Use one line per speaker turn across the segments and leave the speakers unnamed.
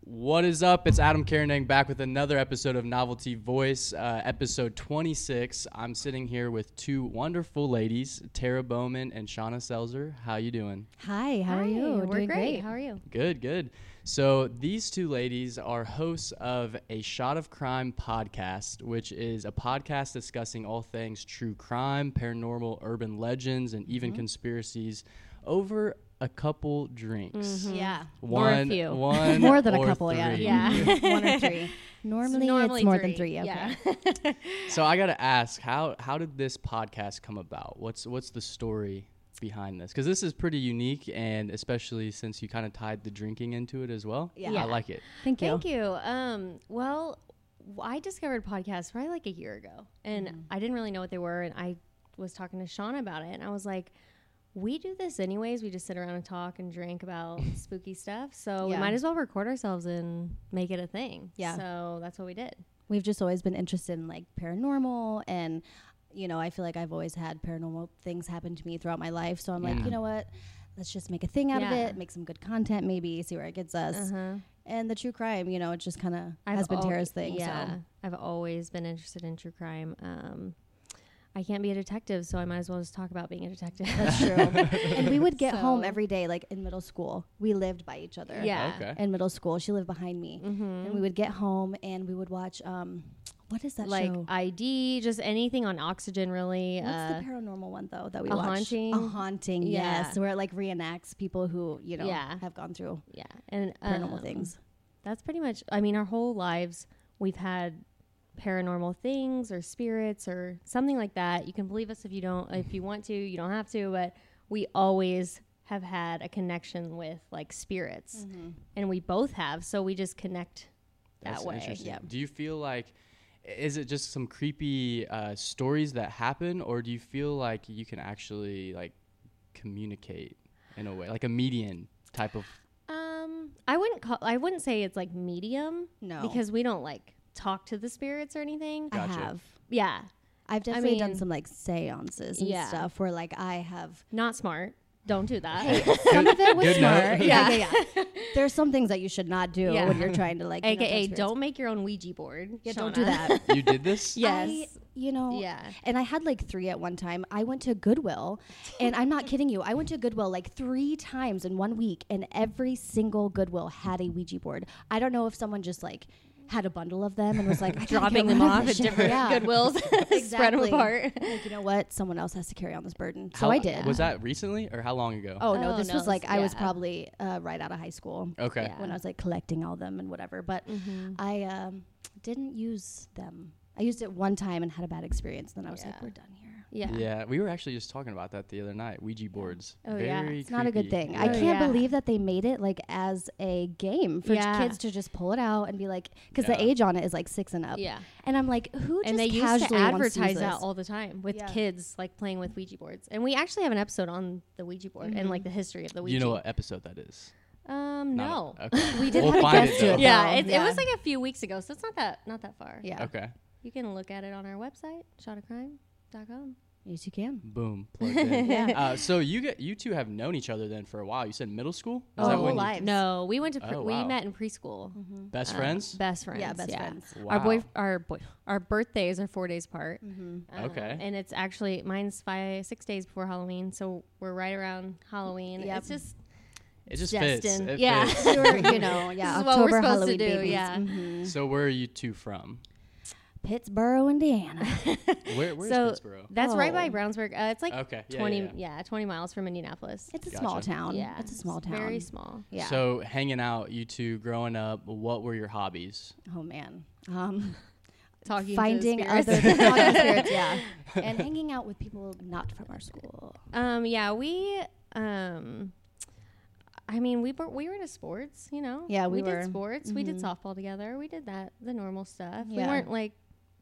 What is up? It's Adam Karenang back with another episode of Novelty Voice, uh, episode 26. I'm sitting here with two wonderful ladies, Tara Bowman and Shauna Selzer. How you doing?
Hi, how are
Hi,
you?
We're
Doing
great. How are you?
Good, good. So these two ladies are hosts of a Shot of Crime podcast, which is a podcast discussing all things true crime, paranormal, urban legends, and even conspiracies over a couple drinks.
Mm-hmm.
Yeah.
One,
or a few.
one
More than a
or
couple, yeah.
three.
yeah.
One or three. Normally, it's more than three. Okay.
Yeah.
So I gotta ask how how did this podcast come about? What's what's the story behind this? Because this is pretty unique, and especially since you kind of tied the drinking into it as well.
Yeah.
I
Yeah.
like it.
Thank you.
Thank you. Um, well, w- I discovered podcasts probably like a year ago, and
Mm-hmm.
I didn't really know what they were. And I was talking to Sean about it, and I was like, "We do this anyways. We just sit around and talk and drink about spooky stuff. So
Yeah.
we might as well record ourselves and make it a thing."
Yeah.
So that's what we did.
We've just always been interested in like paranormal and you know, I feel like I've always had paranormal things happen to me throughout my life. So I'm like,
Yeah.
you know what? Let's just make a thing out
Yeah.
of it, make some good content maybe, see where it gets us.
Uh-huh.
And the true crime, you know, it just kind of has been
al-
Tara's thing.
Yeah,
So
I've always been interested in true crime. Um, I can't be a detective, so I might as well just talk about being a detective. Mm-hmm.
that's true. and we would get home
So-
every day, like in middle school. We lived by each other.
Yeah.
Okay.
In middle school, she lived behind me.
Mhm.
And we would get home and we would watch, um, what is that
like
show?
ID, just anything on oxygen, really.
What's
uh,
the paranormal one though that we
A
watched?
Haunting?
A haunting.
Yeah.
Yes, where it like reenacts people who you know
Yeah.
have gone through
yeah, and
paranormal
um,
things.
That's pretty much. I mean, our whole lives we've had paranormal things or spirits or something like that. You can believe us if you don't, if you want to. You don't have to, but we always have had a connection with like spirits, and we both have. So we just connect that
That's
way.
interesting.
yeah.
Do you feel like is it just some creepy uh, stories that happen, or do you feel like you can actually like communicate in a way, like a median type of?
Um, I wouldn't call. I wouldn't say it's like medium.
No.
because we don't like talk to the spirits or anything.
Gotcha.
I have.
Yeah,
I've definitely done
mean-
some like seances and
Yeah.
stuff where like I have.
not smart. Don't do that.
Some of it was
good
smart.
note.
Yeah, yeah, yeah. There's some things that you should not do
Yeah.
when you're trying to like. you know,
AKA,
transfer-
don't make your own Ouija board.
Yeah,
Shauna.
don't do that.
You did this.
Yes.
I- you know.
Yeah.
And I had like three at one time. I went to Goodwill, and I'm not kidding you. I went to Goodwill like three times in one week, and every single Goodwill had a Ouija board. I don't know if someone just like had a bundle of them and was like I gotta
Dropping
get
them
rid of
off
this
at
shit.
different
Yeah.
Goodwills, spread them
Exactly.
apart.
Like you know what? Someone else has to carry on this burden. So
How-
I did.
Was that recently, or how long ago?
oh no,
Oh,
this
no,
was like
this-
I was
yeah.
probably uh, right out of high school
Okay.
Yeah. Mm-hmm.
when I was like collecting all them and whatever. But I um, didn't use them. I used it one time and had a bad experience. Then I was like,
Yeah.
we're done here.
Yeah.
Yeah, we were actually just talking about that the other night. Ouija boards.
Oh,
Very
yeah.
It's not a
creepy.
good thing. I
Yeah.
can't
Oh, Yeah.
believe that they made it like as a game for
Yeah.
kids to just pull it out and be like, because the
Yeah.
age on it is like six and up.
Yeah.
And I'm like, who just
And they used to
casually wants to
advertise
use
that
this?
all the time with
Yeah.
kids, like playing with Ouija boards. And we actually have an episode on the Ouija board and like the history of the Ouija.
You know what episode that is?
Um, no.
Not a- okay.
We did
We'll
have a
find
guest
it,
do it.
though.
Yeah,
Well,
it's,
yeah.
it was like a few weeks ago, so it's not that not that far.
Yeah.
Okay.
You can look at it on our website, shotacrime.com.
Yes, you can.
Boom. Plugged in. uh, so you get you two have known each other then for a while. You said middle school. Is
Oh,
Our
that
whole
when you-
lives.
No, we went to pre-
Oh,
we
wow.
met in preschool.
best
Uh,
friends?
best friends.
Yeah, best friends.
Our boy,
Wow.
our boy, our birthdays are four days apart.
Mm-hmm.
Uh,
Okay.
And it's actually mine's five, six days before Halloween, so we're right around Halloween.
Yep.
It's just
it just fits.
destined.
It
Yeah.
fits.
We were, you know, yeah,
This is what we're
October
supposed to
Halloween
do,
babies.
yeah.
Mhm.
So where are you two from?
Pittsburgh, Indiana.
Where where's
so
Pittsburgh?
that's right by
Oh.
Brownsburg. Uh, it's like
Okay, yeah,
twenty,
yeah,
twenty miles from Indianapolis.
It's a
Gotcha.
small town.
yeah,
it's a small town.
very small.
Yeah.
So hanging out, you two growing up, what were your hobbies?
oh man. Um,
Talking to the
finding
spirits.
other talking spirits, yeah, and hanging out with people not from our school.
Um, yeah, we um I mean, we were we were into sports, you know.
Yeah, we
did
were. Mm-hmm.
sports. We did softball together. We did that the normal stuff. We
Yeah.
weren't like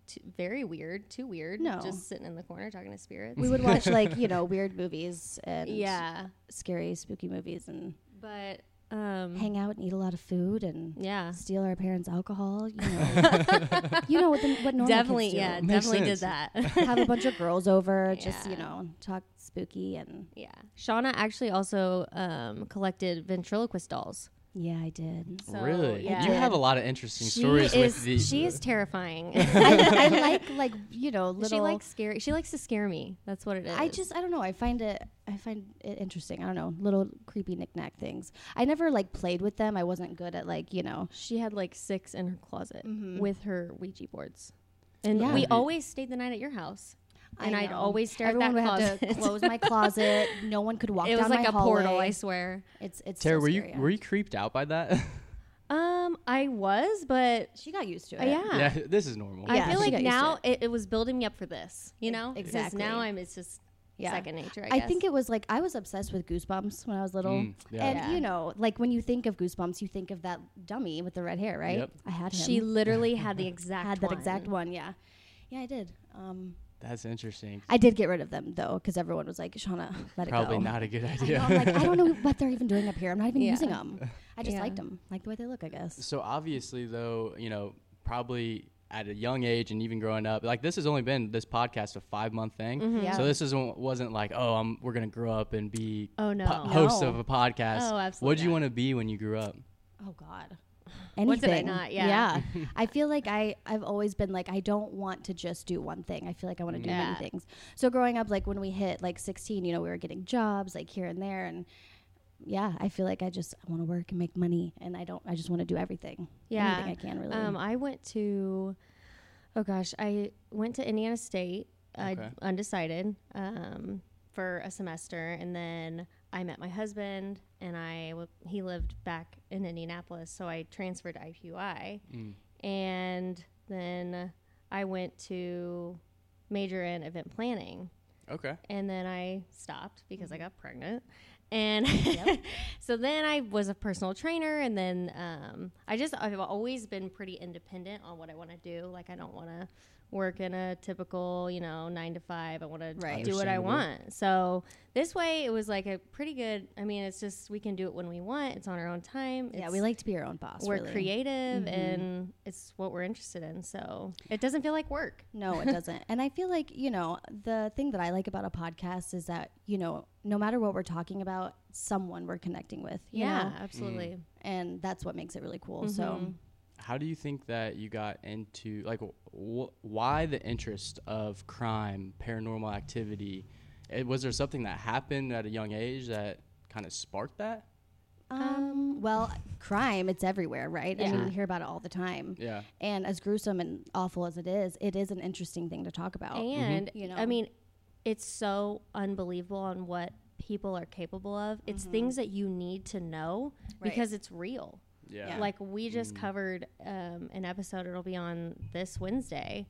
too, very weird, too weird.
No.
just sitting in the corner talking to spirits.
Mm-hmm.
We would watch like you know weird movies and
yeah,
scary, spooky movies and
but um,
hang out and eat a lot of food and
yeah,
steal our parents' alcohol. You know, you know what, the, what normal
definitely,
kids do.
yeah,
Makes
definitely did
sense.
that.
Have a bunch of girls over, just you
Yeah.
know, talk spooky and
yeah, Shauna actually also um collected ventriloquist dolls.
Yeah, I did.
So,
really?
yeah.
You have a lot of interesting
She
stories with
is
the.
she is terrifying.
I, I like like you know little.
she likes scary. She likes to scare me. That's what it is.
I just I don't know. I find it I find it interesting. I don't know little creepy knickknack things. I never like played with them. I wasn't good at like you know.
she had like six in her closet with her Ouija boards, and
Yeah.
we
Maybe.
always stayed the night at your house. And I'd
know.
always stare
Everyone
at that
would
closet.
have to close my closet. No one could walk.
it was
down
like
my
a portal.
hallway.
I swear.
It's it's
Tara,
so
were you
scary.
were you creeped out by that?
Um, I was, but
She got used to
uh,
it.
yeah.
yeah, this is normal. Mm,
I
Yeah, she
feel like
got used to
now it, it was building me up for this, you know? 'Cause
exactly.
Now I'm it's just
Yeah.
second nature. I,
I,
guess.
think it was like I was obsessed with Goosebumps when I was little,
Mm, yeah.
and
Yeah.
you know, like when you think of Goosebumps, you think of that dummy with the red hair, right?
Yep.
I had him.
she literally had the exact
had that
one.
exact one. Yeah, yeah, I did. Um,
That's interesting.
I did get rid of them though, because everyone was like, "Shauna, let
Probably
it go."
not a good
I know,
idea.
I'm like, I don't know what they're even doing up here. I'm not even
Yeah.
using them. I just
Yeah.
liked them, like the way they look, I guess.
so obviously, though, you know, probably at a young age and even growing up, like this has only been this podcast a five month thing.
Mm-hmm. Yeah.
So this isn't wasn't like, oh, I'm, we're gonna grow up and be
Oh, no.
hosts
No.
of a podcast.
Oh, absolutely
What do you
not.
want to be when you grew up?
Oh God. Anything.
What did I not? Yeah.
I feel like I I've always been like I don't want to just do one thing. I feel like I want to do
Yeah.
many things. So growing up, like when we hit like 16, you know, we were getting jobs like here and there, and yeah, I feel like I just I want to work and make money, and I don't. I just want to do everything.
Yeah.
Anything I can really.
Um, I went to, oh gosh, I went to Indiana State, uh,
Okay.
undecided, um, for a semester, and then I met my husband, and I w- he lived back in Indianapolis, so I transferred to IPUI,
Mm.
and then I went to major in event planning
Okay.
and then I stopped because
Mm-hmm.
I got pregnant. And so then I was a personal trainer, and then um, I just I've always been pretty independent on what I want to do. Like I don't want to work in a typical you know nine to five. I want
Right.
to do what I
Understandable.
want. So this way it was like a pretty good. I mean, it's just we can do it when we want. It's on our own time.
yeah,
It's-
we like to be our own boss.
we're
really.
creative, and it's what we're interested in. So it doesn't feel like work.
No, it doesn't. and I feel like, you know, the thing that I like about a podcast is that, you know, no matter what we're talking about, someone we're connecting with. you
Yeah, Mm-hmm.
know?
absolutely.
And that's what makes it really cool. So
How do you think that you got into like wh- why the interest of crime, paranormal activity? Eh, was there something that happened at a young age that kind of sparked that?
Um, well, crime, it's everywhere, right? I mean,
Yeah.
we hear about it all the time.
Yeah.
And as gruesome and awful as it is, it is an interesting thing to talk about.
and
You know?
I mean, it's so unbelievable on what people are capable of. It's things that you need to know
Right.
because it's real.
Yeah.
Yeah.
Like we just covered um, an episode. It'll be on this Wednesday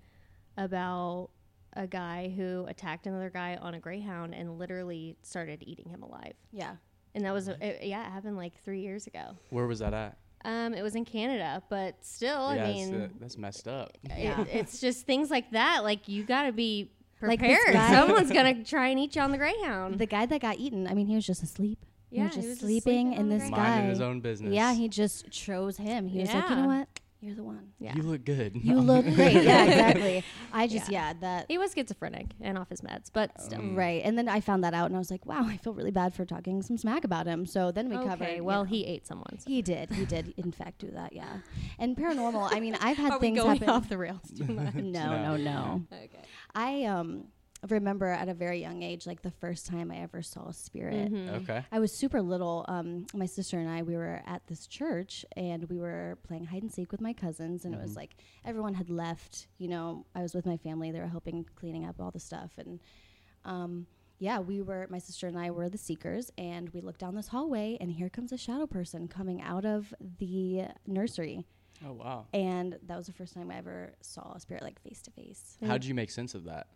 about a guy who attacked another guy on a greyhound and literally started eating him alive.
yeah.
And that was it, yeah, it happened like three years ago.
Where was that at?
Um, it was in Canada, but still,
yeah,
I
it's,
mean,
uh, that's messed up.
Yeah.
it, it's just things like that. Like you got to be
Like this
prepared.
guy-
Someone's gonna try and eat you on the Greyhound.
The guy that got eaten, I mean, he was just asleep. he
Yeah,
was just
he was just
sleeping,
sleeping on
and
the
this
ground.
guy.
Minding his own business.
Yeah, he just chose him. He was like, you know
Yeah.
what? You're the one.
yeah,
You look good.
You look great. Yeah, exactly. I just yeah,
Yeah.
that
he was schizophrenic and off his meds,
Um,
but still.
right. And then I found that out, and I was like, wow, I feel really bad for talking some smack about him. So then we covered.
okay,
you
well,
know.
he ate someone. So.
he did. He did in fact do that. Yeah. And paranormal. I mean, I've had
Are we
things
going
happen.
off the rails too much?
no, no, no.
okay.
I um remember at a very young age, like the first time I ever saw a spirit.
Mm-hmm.
Okay.
I was super little. Um, my sister and I, we were at this church and we were playing hide and seek with my cousins. And it was like everyone had left. You know, I was with my family. They were helping cleaning up all the stuff. And um, yeah, we were, my sister and I were the seekers. And we looked down this hallway and here comes a shadow person coming out of the nursery.
Oh wow.
And that was the first time I ever saw a spirit like face to face.
How did you make sense of that?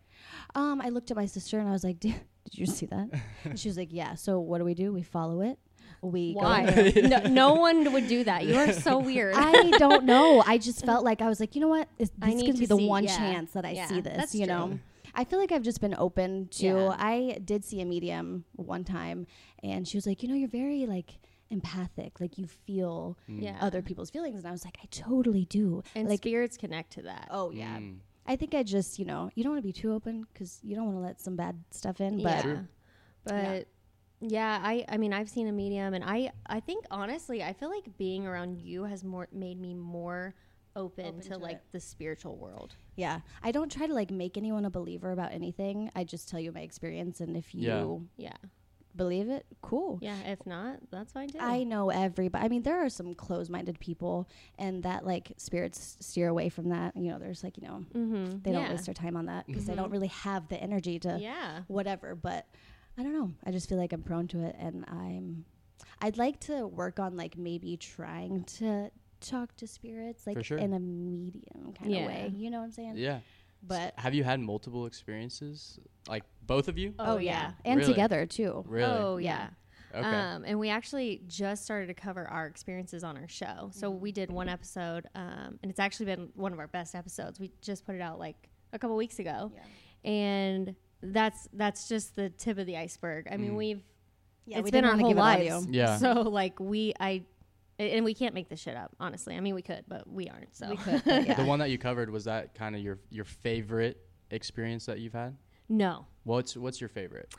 Um, I looked at my sister and I was like, "Did did you see that?" And she was like, "Yeah." So what do we do? We follow it. We go in there.
Why? no, no one would do that. You are so weird.
I don't know. I just felt like I was like, you know what? Is,
I
this is
need
gonna be
to
the
see-
one
yeah.
chance that I
Yeah,
see this.
that's
you
true.
know. I feel like I've just been open to.
Yeah.
I did see a medium one time, and she was like, you know, you're very like empathic. Like you feel
Mm.
yeah.
other people's feelings, and I was like, I totally do.
Mm. and
like,
spirits connect to that.
oh yeah.
Mm.
I think I just, you know, you don't want to be too open because you don't want to let some bad stuff in. But
yeah. But Yeah, I I mean I've seen a medium and I I think honestly I feel like being around you has more made me more open,
Open
to,
to
like
it.
the spiritual world.
Yeah. I don't try to like make anyone a believer about anything. I just tell you my experience and if you
Yeah.
Yeah.
believe it, cool.
Yeah, if not, that's fine too.
I know everybody. I mean, there are some closed-minded people, and that like spirits steer away from that. You know, there's like you know
mm-hmm.
they don't waste their time on that because they don't really have the energy to
Yeah.
whatever. But I don't know. I just feel like I'm prone to it, and I'm. I'd like to work on like maybe trying to talk to spirits like
For sure.
in a medium kind
Yeah.
of way. You know what I'm saying?
Yeah.
But
Have you had multiple experiences? Like both of you?
oh, yeah. and
Really?
together too.
Really?
Oh yeah.
Yeah.
okay.
Um, and we actually just started to cover our experiences on our show. So we did one episode, um, and it's actually been one of our best episodes. We just put it out like a couple weeks ago,
Yeah.
and that's that's just the tip of the iceberg. I mean,
Mm.
we've
Yeah,
it's
we
been
didn't
our
wanna
whole
give it
lives.
audio.
Yeah.
So like we I a- and we can't make this shit up, honestly. I mean, we could, but we aren't. So
We could, but yeah.
The one that you covered was that kind of your your favorite experience that you've had.
no.
What's what's your favorite?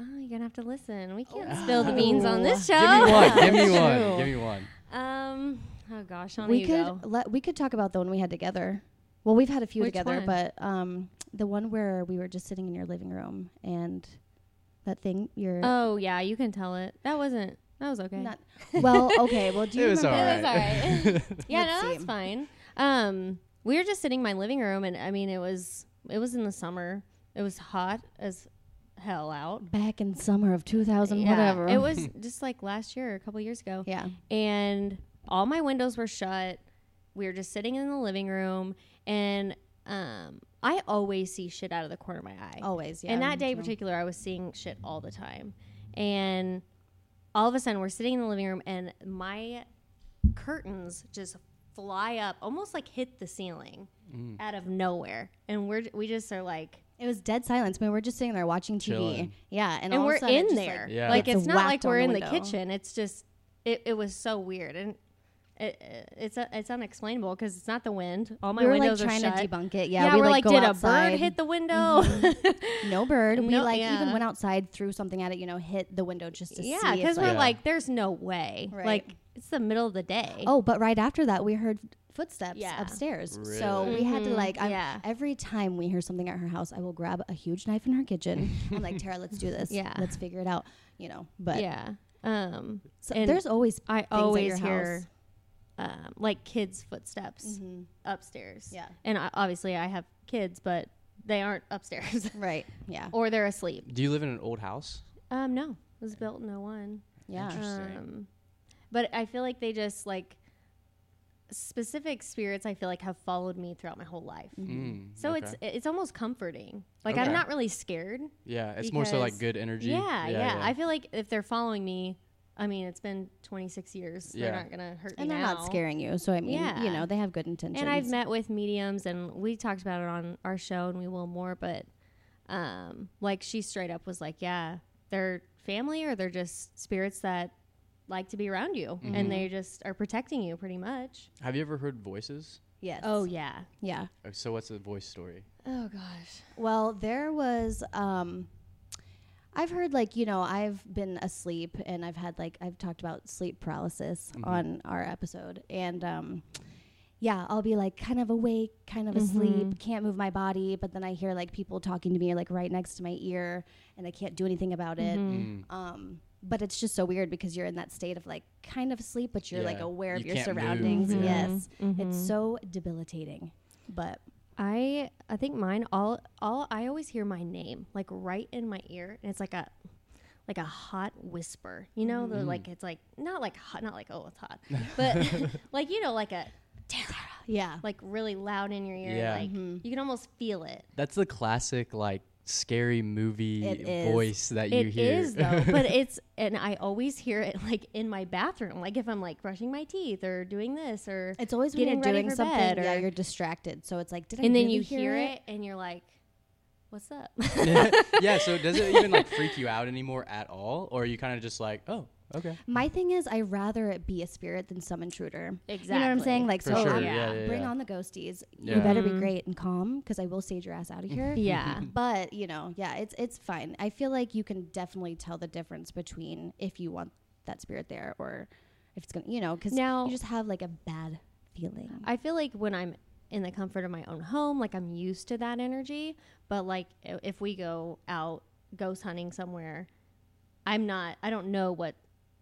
Oh, you're gonna have to listen. We can't
Oh.
spill the beans on this show.
Give me one. Give me
That's
one.
true.
Give me one.
Um. Oh gosh, Shauna,
we
you
could
go.
let we could talk about the one we had together. Well, we've had a few
Which
together,
one?
but um, the one where we were just sitting in your living room and that thing you're
Oh yeah, you can tell it. That wasn't. That was okay.
not well. Okay, well, do you
It was
remember?
all
It was
right.
all yeah,
Let's
no,
see.
that's fine. Um, we were just sitting in my living room, and I mean, it was it was in the summer. It was hot as hell out.
Back in summer of 2000,
Yeah,
whatever.
It was just like last year, or a couple years ago.
yeah.
and all my windows were shut. We were just sitting in the living room, and um, I always see shit out of the corner of my eye.
Always, Oh, yeah.
and that day in
so-
particular, I was seeing shit all the time. And all of a sudden, we're sitting in the living room, and my curtains just fly up, almost like hit the ceiling out of nowhere. And we're we just are like,
it was dead silence. I mean, we're just sitting there watching TV.
Chilling.
Yeah, and,
and
all of a
we're
sudden it
in
just,
there.
Like,
Yeah.
Like
gets
it's not like
whacked on
we're
the
in the
window.
kitchen. It's just it, it was so weird and it, it's it's unexplainable because it's not the wind. All my
we were like
windows
trying
are shut.
to debunk it. Yeah, we
we are
like,
like,
go
did a
outside.
bird hit the window?
No bird. we
No-
like even
yeah.
went outside, threw something at it. You know, hit the window just to see.
yeah,
if,
because
like,
we're
Yeah.
like, there's no way.
Right.
Like it's the middle of the day.
Oh, but right after that, we heard footsteps
Yeah.
upstairs. So
Really?
we had to
Mhm.
like, I'm,
Yeah.
every time we hear something at her house, I will grab a huge knife in her kitchen. I'm like, Tara, let's do this.
Yeah.
let's figure it out. You know, but
yeah. Um,
so
and
there's always
I
at your
always
house.
hear um, like kids' footsteps
Mm-hmm.
upstairs.
Yeah.
and I, obviously I have kids, but they aren't upstairs
right. Yeah,
or they're asleep.
Do you live in an old house?
Um, no, it was built in 01.
yeah.
Interesting.
Um, but I feel like they just like specific spirits. I feel like have followed me throughout my whole life.
Mm,
So
okay.
it's it's almost comforting. Like
Okay.
I'm not really scared.
yeah, it's more so like
because-
good energy.
Yeah, yeah, I feel like if they're following me, I mean, it's been 26 years. They're
Yeah.
not gonna hurt
And
me
they're
now.
not scaring you, so I mean, you
Yeah.
know, they have good intentions.
And I've met with mediums, and we talked about it on our show, and we will more. But um, like she straight up was like, "Yeah, they're family, or they're just spirits that like to be around you, and they just are protecting you, pretty much."
Have you ever heard voices?
yes.
Oh yeah.
yeah.
Uh, So what's the voice story?
Oh gosh.
Well, there was. Um, I've heard like you know I've been asleep and I've had like I've talked about sleep paralysis
Mm-hmm.
on our episode and um, yeah I'll be like kind of awake, kind of
Mm-hmm.
asleep, can't move my body, but then I hear like people talking to me like right next to my ear and I can't do anything about it.
Mm-hmm.
Um, but it's just so weird because you're in that state of like kind of asleep, but you're like
Yeah.
aware of
You
your
can't move, Mm-hmm.
surroundings.
yeah.
Yes, it's so debilitating. But
I I think mine all all I always hear my name like right in my ear, and it's like a like a hot whisper. You know, the like it's like not like hot, not like oh it's hot, but like you know like a
yeah,
like really loud in your ear.
Yeah.
Like you can almost feel it.
That's the classic like scary movie
It is.
voice that you
It
hear.
is though, but it's and I always hear it like in my bathroom, like if I'm like brushing my teeth or doing this or
It's always when you're
getting ready
doing
for
something,
bed
yeah,
or-
you're distracted. So it's like, did I
and then
really
you hear
it?
it and you're like, what's up?
yeah, so does it even like freak you out anymore at all? Or are you kind of just like, oh, Okay.
My thing is, I rather it be a spirit than some intruder. You know what I'm
Exactly.
saying? Like,
For
so um, Mm-hmm.
sure.
I'm-
Yeah. Yeah, yeah,
bring
yeah.
on the ghosties.
Yeah.
You better be
Mhm.
great and calm because I will stage your ass out of here.
Yeah.
But you know, yeah, it's it's fine. I feel like you can definitely tell the difference between if you want that spirit there or if it's gonna, you know, because
Now-
you just have like a bad feeling.
I feel like when I'm in the comfort of my own home, like I'm used to that energy. But like i- if we go out ghost hunting somewhere, I'm not, I don't know what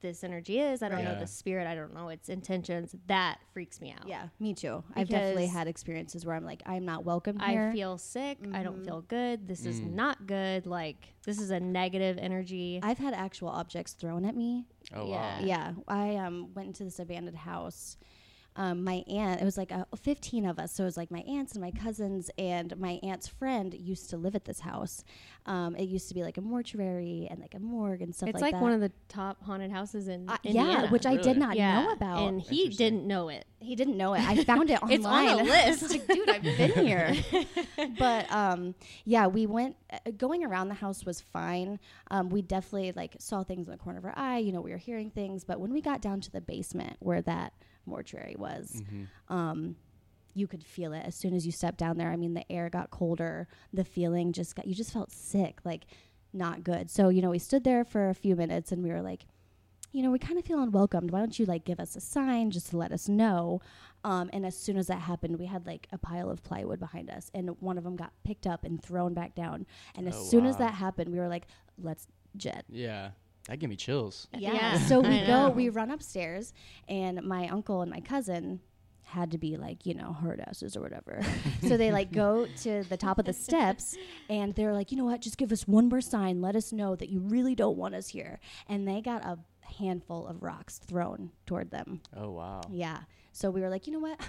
this energy is. I don't
Right.
know
Yeah.
the spirit. I don't know its intentions. That freaks me out.
yeah, me too. I've definitely
Because-
had experiences where I'm like, I'm not welcome here.
I feel sick. I don't feel good. This
Mm.
is not good. Like this is a negative energy.
I've had actual objects thrown at me
Oh
Yeah.
wow.
Yeah, I um, went into this abandoned house. Um, my aunt, it was like uh 15 of us. So it was like my aunts and my cousins, and my aunt's friend used to live at this house. Um, it used to be like a mortuary and like a morgue and stuff
it's
like,
like,
that.
one of the top haunted houses in
Uh,
Indiana.
yeah, which I did
Really?
not know about.
And he
Interesting.
didn't know it.
he didn't know it. I found it online.
It's on a
I was
list.
like, dude, I've been here. but um, yeah, we went. Uh, going around the house was fine. Um, we definitely like saw things in the corner of our eye. You know, we were hearing things. But when we got down to the basement where that mortuary was, um, you could feel it as soon as you stepped down there. I mean, the air got colder. The feeling just got. You just felt sick, like not good. So you know, we stood there for a few minutes, and we were like you know, we kind of feel unwelcomed. Why don't you like give us a sign just to let us know? Um, and as soon as that happened, we had like a pile of plywood behind us, and one of them got picked up and thrown back down. And as
Oh,
soon as
wow.
that happened, we were like, let's jet.
Yeah. That gave me chills.
Yeah.
Yeah,
So we
I
go,
know.
we run upstairs, and my uncle and my cousin had to be like, you know, hard asses or whatever. so they like go to the top of the steps and they're like, you know what, just give us one more sign. Let us know that you really don't want us here. And they got a handful of rocks thrown toward them.
Oh wow.
Yeah. So we were like, you know what,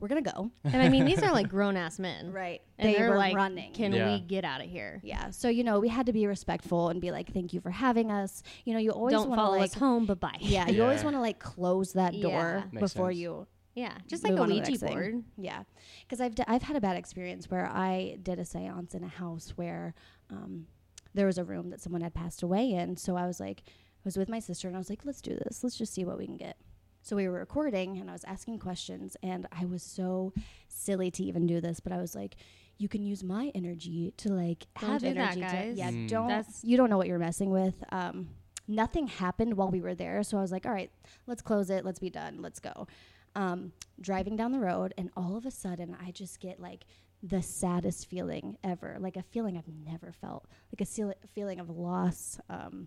we're going to go.
And I mean, these are like grown ass men.
Right.
And
They
are
were
like,
running.
Can
Yeah.
we get out of here?
yeah. So, you know, we had to be respectful and be like, thank you for having us. You know, you always
Don't
wanna,
follow
like,
us home, but bye.
Yeah, you always
Yeah.
want to like close that door
Yeah.
Makes
before
sense.
you.
Yeah, just
move
like a
on to the
Ouija
next thing.
board.
Yeah, because I've d- I've had a bad experience where I did a séance in a house where um, there was a room that someone had passed away in. So I was like, I was with my sister and I was like, let's do this. Let's just see what we can get. So we were recording and I was asking questions and I was so silly to even do this, but I was like, you can use my energy to like
Don't
have
do that,
energy.
guys.
To, yeah,
Mm.
don't.
That's-
you don't know what you're messing with. Um, nothing happened while we were there, so I was like, all right, let's close it. Let's be done. Let's go. Um, driving down the road and all of a sudden I just get like the saddest feeling ever, like a feeling I've never felt, like a seal- feeling of loss. Um,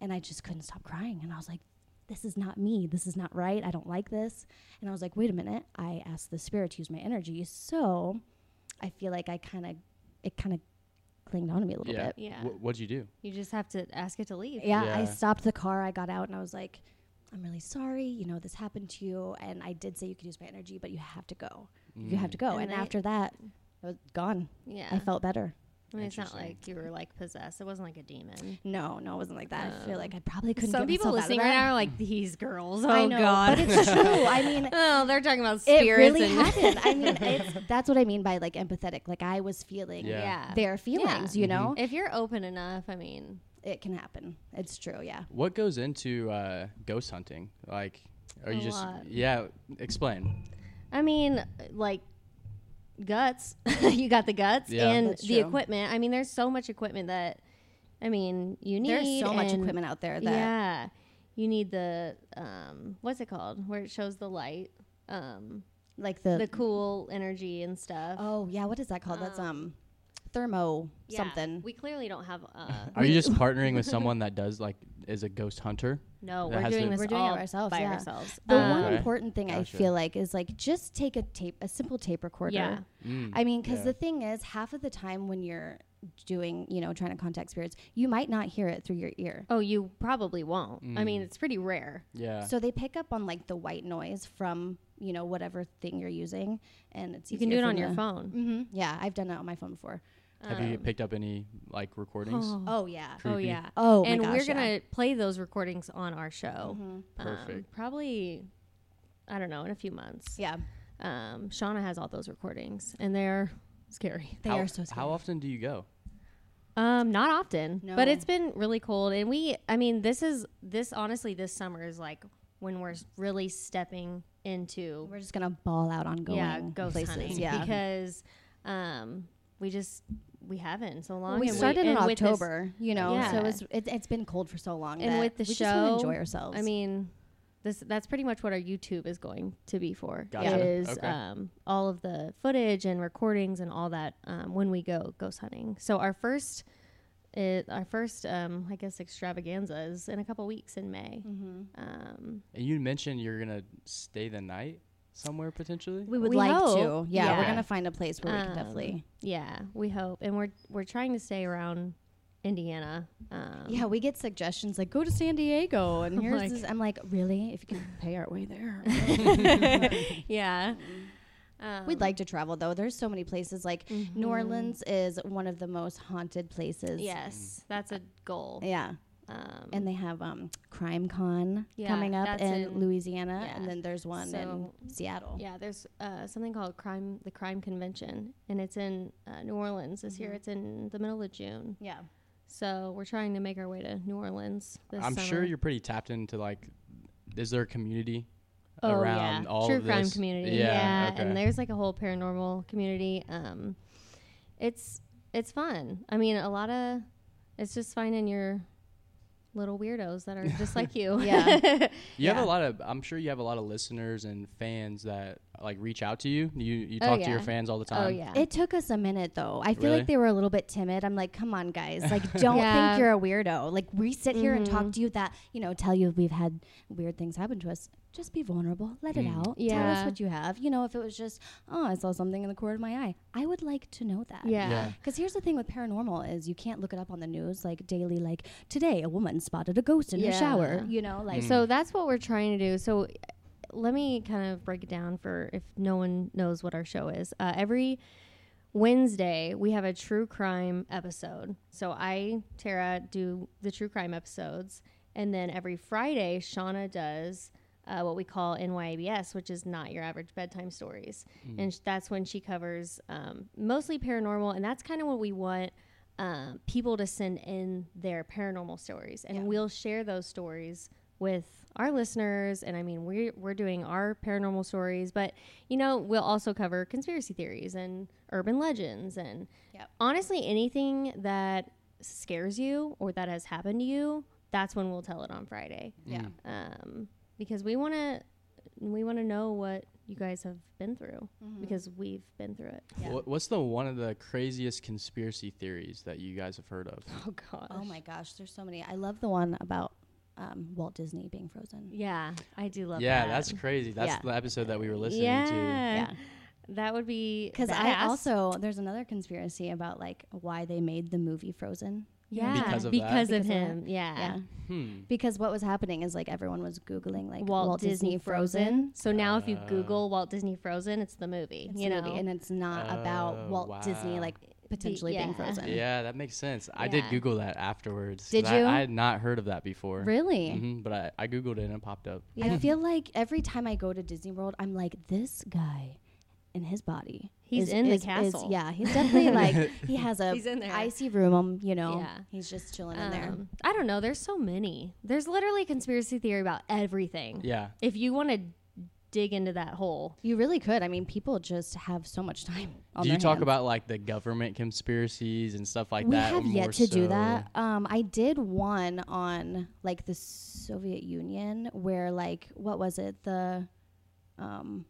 and I just couldn't stop crying. And I was like, this is not me. This is not right. I don't like this. And I was like, wait a minute. I asked the spirit to use my energy. So I feel like I kind of, it kind of clinged on to me a little
Yeah.
bit.
Yeah.
Wh- what'd you do?
You just have to ask it to leave.
Yeah, I
Yeah.
stopped the car. I got out and I was like, I'm really sorry. You know, this happened to you. And I did say you could use my energy, but you have to go. You have to go.
And
Mm. And,
they-
after that, I was gone.
Yeah.
I felt better.
I mean, it's not
Interesting.
like you were like possessed. It wasn't like a demon.
No, no, it wasn't like that. I feel
Um,
like I probably couldn't.
Some
get
people
myself out of
listening
that.
right now are like, these girls. Oh,
I know, but
God.
it's true. I mean,
oh, they're talking about
it
spirits.
really
and
happened. I mean, it's, that's what I mean by like empathetic. Like I was feeling
Yeah.
yeah.
their feelings. You know,
If you're open enough, I mean,
it can happen. It's true. Yeah.
Mm. What goes into uh, ghost hunting? Like, are
A
you just
lot.
yeah? Explain.
I mean, like guts. you got the guts
Yeah.
and
That's
the
true.
equipment. I mean, there's so much equipment that, I mean, you need.
There's so much
and-
equipment out there that
Yeah, you need the um, what's it called? Where it shows the light, um,
like the,
the cool energy and stuff.
oh yeah, what is that called? That's um thermo
Yeah,
something.
We clearly don't have. Uh,
Are you just partnering with someone that does like is a ghost hunter?
no,
That
we're
has
doing
to-
this
We're doing it
all
ourselves,
by
yeah.
ourselves.
the
Um,
one
Okay.
important thing
Gotcha.
I feel like is like just take a tape, a simple tape recorder.
Yeah.
Mm.
I mean, because
Yeah.
the thing is, half of the time when you're doing, you know, trying to contact spirits, you might not hear it through your ear.
oh, you probably won't. I mean,
Mm.
it's pretty rare.
Yeah.
So they pick up on like the white noise from you know whatever thing you're using, and it's
You can do
easier
it
for
on
them
your
to-
phone.
Mhm. Yeah, I've done it on my phone before.
have you picked up any like recordings?
um, Oh yeah.
Um, Oh
Creepy.
yeah.
Oh, my
and
gosh,
we're
yeah. Mm-hmm.
gonna play those recordings on our show. um,
Perfect.
probably, I don't know, in a few months.
Yeah.
Um, Shauna has all those recordings, and they're scary.
They
how,
are so scary.
How often do you go?
Um, not often, but
No.
it's been really cold, and we. I mean, this is this honestly. This summer is like when we're s- really stepping into
We're just gonna ball out on going
yeah ghost
places.
hunting
Yeah,
because um we just we haven't in so long.
we
and
started in
and with this-
October, you know,
Yeah.
so it's, it, it's been cold for so long.
And
that
with the
we just wanna
show,
enjoy ourselves.
I mean, this that's pretty much what our YouTube is going to be for.
Gotcha.
Is
Okay.
um, all of the footage and recordings and all that um, when we go ghost hunting. So our first. It, our first, um, I guess, extravaganza is in a couple weeks in May.
Mm-hmm. Mm.
Um,
And you mentioned you're gonna stay the night somewhere potentially.
we would
we
like
hope.
to. Yeah, we're
Yeah.
gonna find a place where we can
Um,
definitely.
yeah, we hope, and we're we're trying to stay around Indiana. Um,
Yeah, we get suggestions like go to San Diego, and here's
Like-
this. I'm like, really? If you can pay our way there,
yeah. Mm-hmm.
we'd like to travel though. There's so many places. Like New Orleans is one of the most haunted places.
Mm.
Yes, that's a goal.
Yeah,
Um,
and they have um, Crime Con
Yeah,
coming up
that's
in,
in-
Louisiana,
yeah.
and then there's one
So-
in Seattle.
yeah, there's uh, something called crime, the crime convention, and it's in uh, New Orleans this
Mm-hmm.
year. It's in the middle of June,
yeah.
so we're trying to make our way to New Orleans. This
I'm
summer.
sure you're pretty tapped into like, is there a community
oh,
around
yeah.
all
true
of
crime
this?
community.
Yeah,
Yeah,
okay.
and there's like a whole paranormal community. Um, it's it's fun. I mean, a lot of it's just finding your little weirdos that are just like you.
Yeah.
You have a
Yeah.
lot of. I'm sure you have a lot of listeners and fans that like reach out to you. You you
Oh,
talk to your
yeah.
fans all the time.
oh yeah.
It took us a minute though. I feel
Really?
like they were a little bit timid. I'm like, come on, guys. Like, don't
Yeah. Mm-hmm.
think you're a weirdo. Like, we sit here and talk to you that, you know, tell you we've had weird things happen to us. Just be vulnerable. Let it out. Tell
Yeah.
us what you have. You know, if it was just, oh, I saw something in the corner of my eye, I would like to know that.
yeah.
Yeah. Mm.
Because here's the thing with paranormal is you can't look it up on the news like daily. Like today, a woman spotted a ghost in her shower.
Yeah.
You know, like
So that's what we're trying to do. So uh, let me kind of break it down for if no one knows what our show is. Uh, every Wednesday, we have a true crime episode. So I, Tara, do the true crime episodes. And then every Friday, Shauna does uh, what we call NYABS, which is not your average bedtime stories. And sh- that's when she covers um, mostly paranormal. And that's kind of what we want um, people to send in their paranormal stories. And we'll share those stories with our listeners and i mean we're, we're doing our paranormal stories but you know we'll also cover conspiracy theories and urban legends and
Yep.
honestly anything that scares you or that has happened to you that's when we'll tell it on friday
Mm.
yeah.
um, because we want to we want to know what you guys have been through
Mm-hmm.
because we've been through it
Yeah.
What, what's the one of the craziest conspiracy theories that you guys have heard of?
oh gosh
Oh my gosh, there's so many. I love the one about um, Walt Disney being frozen.
yeah i do love
yeah,
that
that's crazy. That's
Yeah.
the episode that we were listening
yeah.
to.
Yeah.
that would be
Because I
badass.
also there's another conspiracy about like why they made the movie Frozen.
yeah
Because of that?
Because
because of
of
him yeah,
Hmm.
Because what was happening is like everyone was googling like
Walt, Disney, Frozen. So now, if you
Uh,
Google Walt Disney Frozen, it's the movie.
It's
you
a
know,
movie, and it's not about
Oh,
Walt Disney
wow.
like potentially
yeah.
being frozen.
Yeah, that makes sense. I did
Yeah.
Google that afterwards. 'cause
Did
I,
you?
I had not heard of that before.
Really?
hmm but I, I Googled it and it popped up.
I feel like every time I go to Disney World, I'm like this guy. In his body,
He's
is-
in the
is- is-
castle.
yeah, he's definitely like he has a
He's in there.
icy room. um, You know,
Yeah.
he's just chilling in there.
Um, I don't know. There's so many. There's literally a conspiracy theory about everything.
Yeah.
If you want to dig into that hole,
You really could. I mean, people just have so much time. On
Do you
their
talk
hands.
about like the government conspiracies and stuff like
we
that?
have
more
yet to
so-
do that. Um, I did one on like the Soviet Union, where like what was it? The um,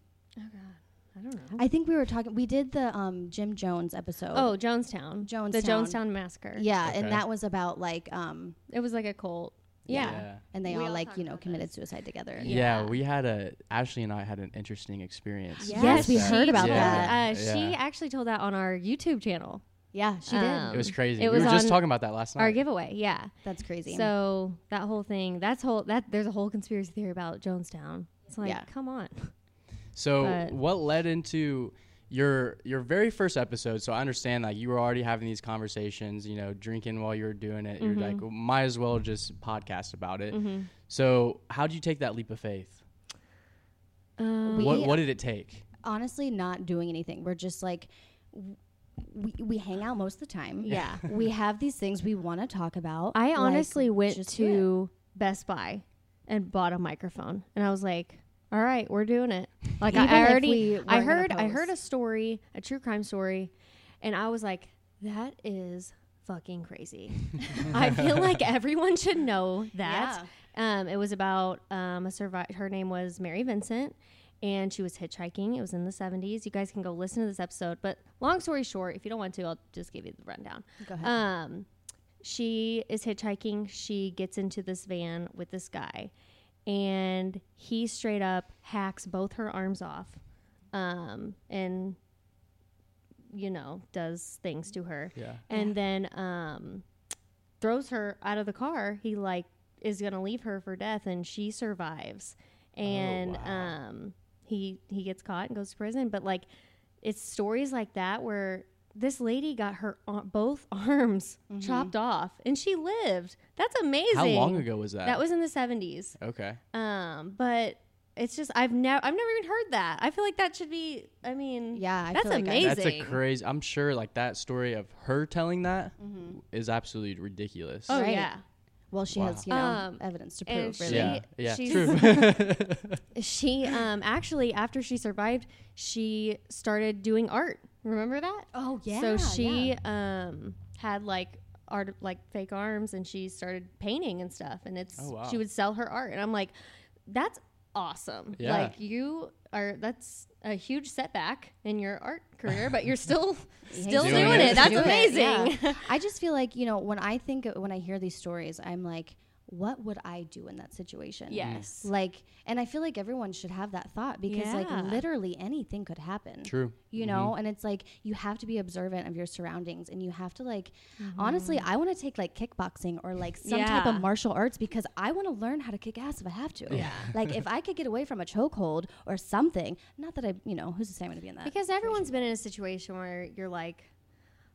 I don't know.
I think we were talking. We did the um, Jim Jones episode.
Oh, Jonestown. The
Jonestown.
Jonestown massacre.
yeah,
Okay.
and that was about like um,
It was like a cult.
Yeah.
Yeah.
yeah.
and they
We
all
all
like
talked
you know
about
committed suicide together.
Yeah.
we had a Ashley and I had an interesting experience.
Yes,
with
we
that.
heard
she
about
told-
Yeah.
Uh, She
Yeah.
actually told that on our YouTube channel,
Yeah, she
Um,
did.
It was crazy.
It
we
was
were just
on
talking about that last night.
our giveaway. Yeah.
That's crazy.
So that whole thing, that's whole that there's a whole conspiracy theory about Jonestown. It's like,
Yeah.
come on.
So
But-
what led into your your very first episode? So I understand like you were already having these conversations, you know, drinking while you were doing it. You're
Mm-hmm.
like, might as well just podcast about it.
Mm-hmm.
So how did you take that leap of faith?
Um,
We- Um,
what what did it take?
honestly not doing anything. We're just like w- we, we hang out most of the time.
Yeah.
we have these things we want to talk about.
I
Like,
honestly went
just do it.
to Best Buy and bought a microphone, and I was like, "All right, we're doing it." Like I,
Even
I
if we
already,
weren't
I
gonna
heard, I heard a
post.
story, a true crime story, and I was like, "That is fucking crazy." I feel like everyone should know that. Um, it was about um, a survivor. Her name was Mary Vincent. And she was hitchhiking. It was in the 70s. You guys can go listen to this episode. But long story short, if you don't want to, I'll just give you the rundown.
Go ahead.
Um, she is hitchhiking. She gets into this van with this guy, and he straight up hacks both her arms off, um, and you know does things to her,
Yeah.
and then um, throws her out of the car. He like is gonna leave her for death, and she survives, and
Oh, wow.
um, he he gets caught and goes to prison. But like, it's stories like that where this lady got her ar- both arms chopped off, and she lived. That's amazing.
Mm-hmm. How long ago was that?
That was in the seventies.
okay.
Um, but it's just I've never I've never even heard that. I feel like that should be. I mean,
Yeah, I
that's
feel like I-
amazing.
That's a crazy. I'm sure like that story of her telling that is
Mm-hmm.
absolutely ridiculous.
oh
Right.
yeah.
well, she has you know
Um,
evidence to
and
prove. Really,
yeah, yeah,
she's-
true.
She um actually after she survived, she started doing art. Remember that?
Oh,
So
yeah,
she um had like art like fake arms and she started painting and stuff and it's
Oh, wow.
she would sell her art and I'm like that's awesome.
Yeah.
Like you are that's a huge setback in your art career, but you're still still
Doing
doing,
it.
it. That's
Do it,
amazing.
yeah. I just feel like you know when I think when I hear these stories, I'm like, what would I do in that situation?
Yes.
Like, and I feel like everyone should have that thought because
Yeah.
like literally anything could happen.
True.
You
Mm-hmm.
know, and it's like you have to be observant of your surroundings and you have to like honestly, I want to take like kickboxing or like some type
Mm-hmm. Yeah.
of martial arts because I want to learn how to kick ass if I have to.
Yeah.
like if I could get away from a chokehold or something, not that I, you know, who's to say I'm going to be in that?
Because everyone's been in a situation where you're like,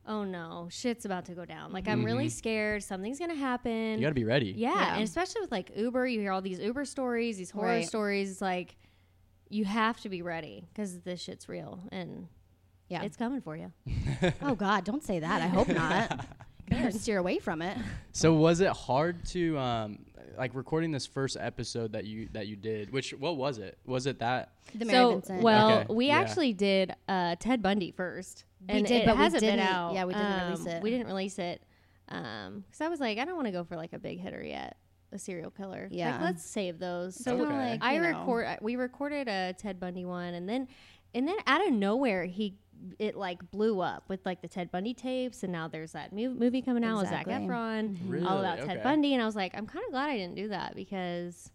oh no, shit's about to go down. Like, I'm really scared. Something's going to happen.
Mm-hmm. You got to be ready.
yeah,
Yeah.
And especially with like Uber, you hear all these Uber stories, these horror
Right.
stories. It's Like, you have to be ready because this shit's real and
yeah.
it's coming for you.
Oh God, don't say that. I hope not. Better steer away from it.
So was it hard to um like recording this first episode that you that you did? Which what was it? Was it that?
The
so, well,
Okay,
we
yeah.
actually did uh, Ted Bundy first.
We
and
did,
it
but we
hasn't been
didn't-
out.
yeah, we didn't release
Um,
it.
We didn't release it because I was like, I don't want to go for like a big hitter yet, a serial killer.
Yeah.
like, let's save those. So
kinda
we-
like,
I record. uh, We recorded a Ted Bundy one, and then and then out of nowhere he it like blew up with like the Ted Bundy tapes, and now there's that mu- movie coming out with Zac
Exactly.
Efron,
Really?
all about Ted
Okay.
Bundy, and I was like, I'm kind of glad I didn't do that because.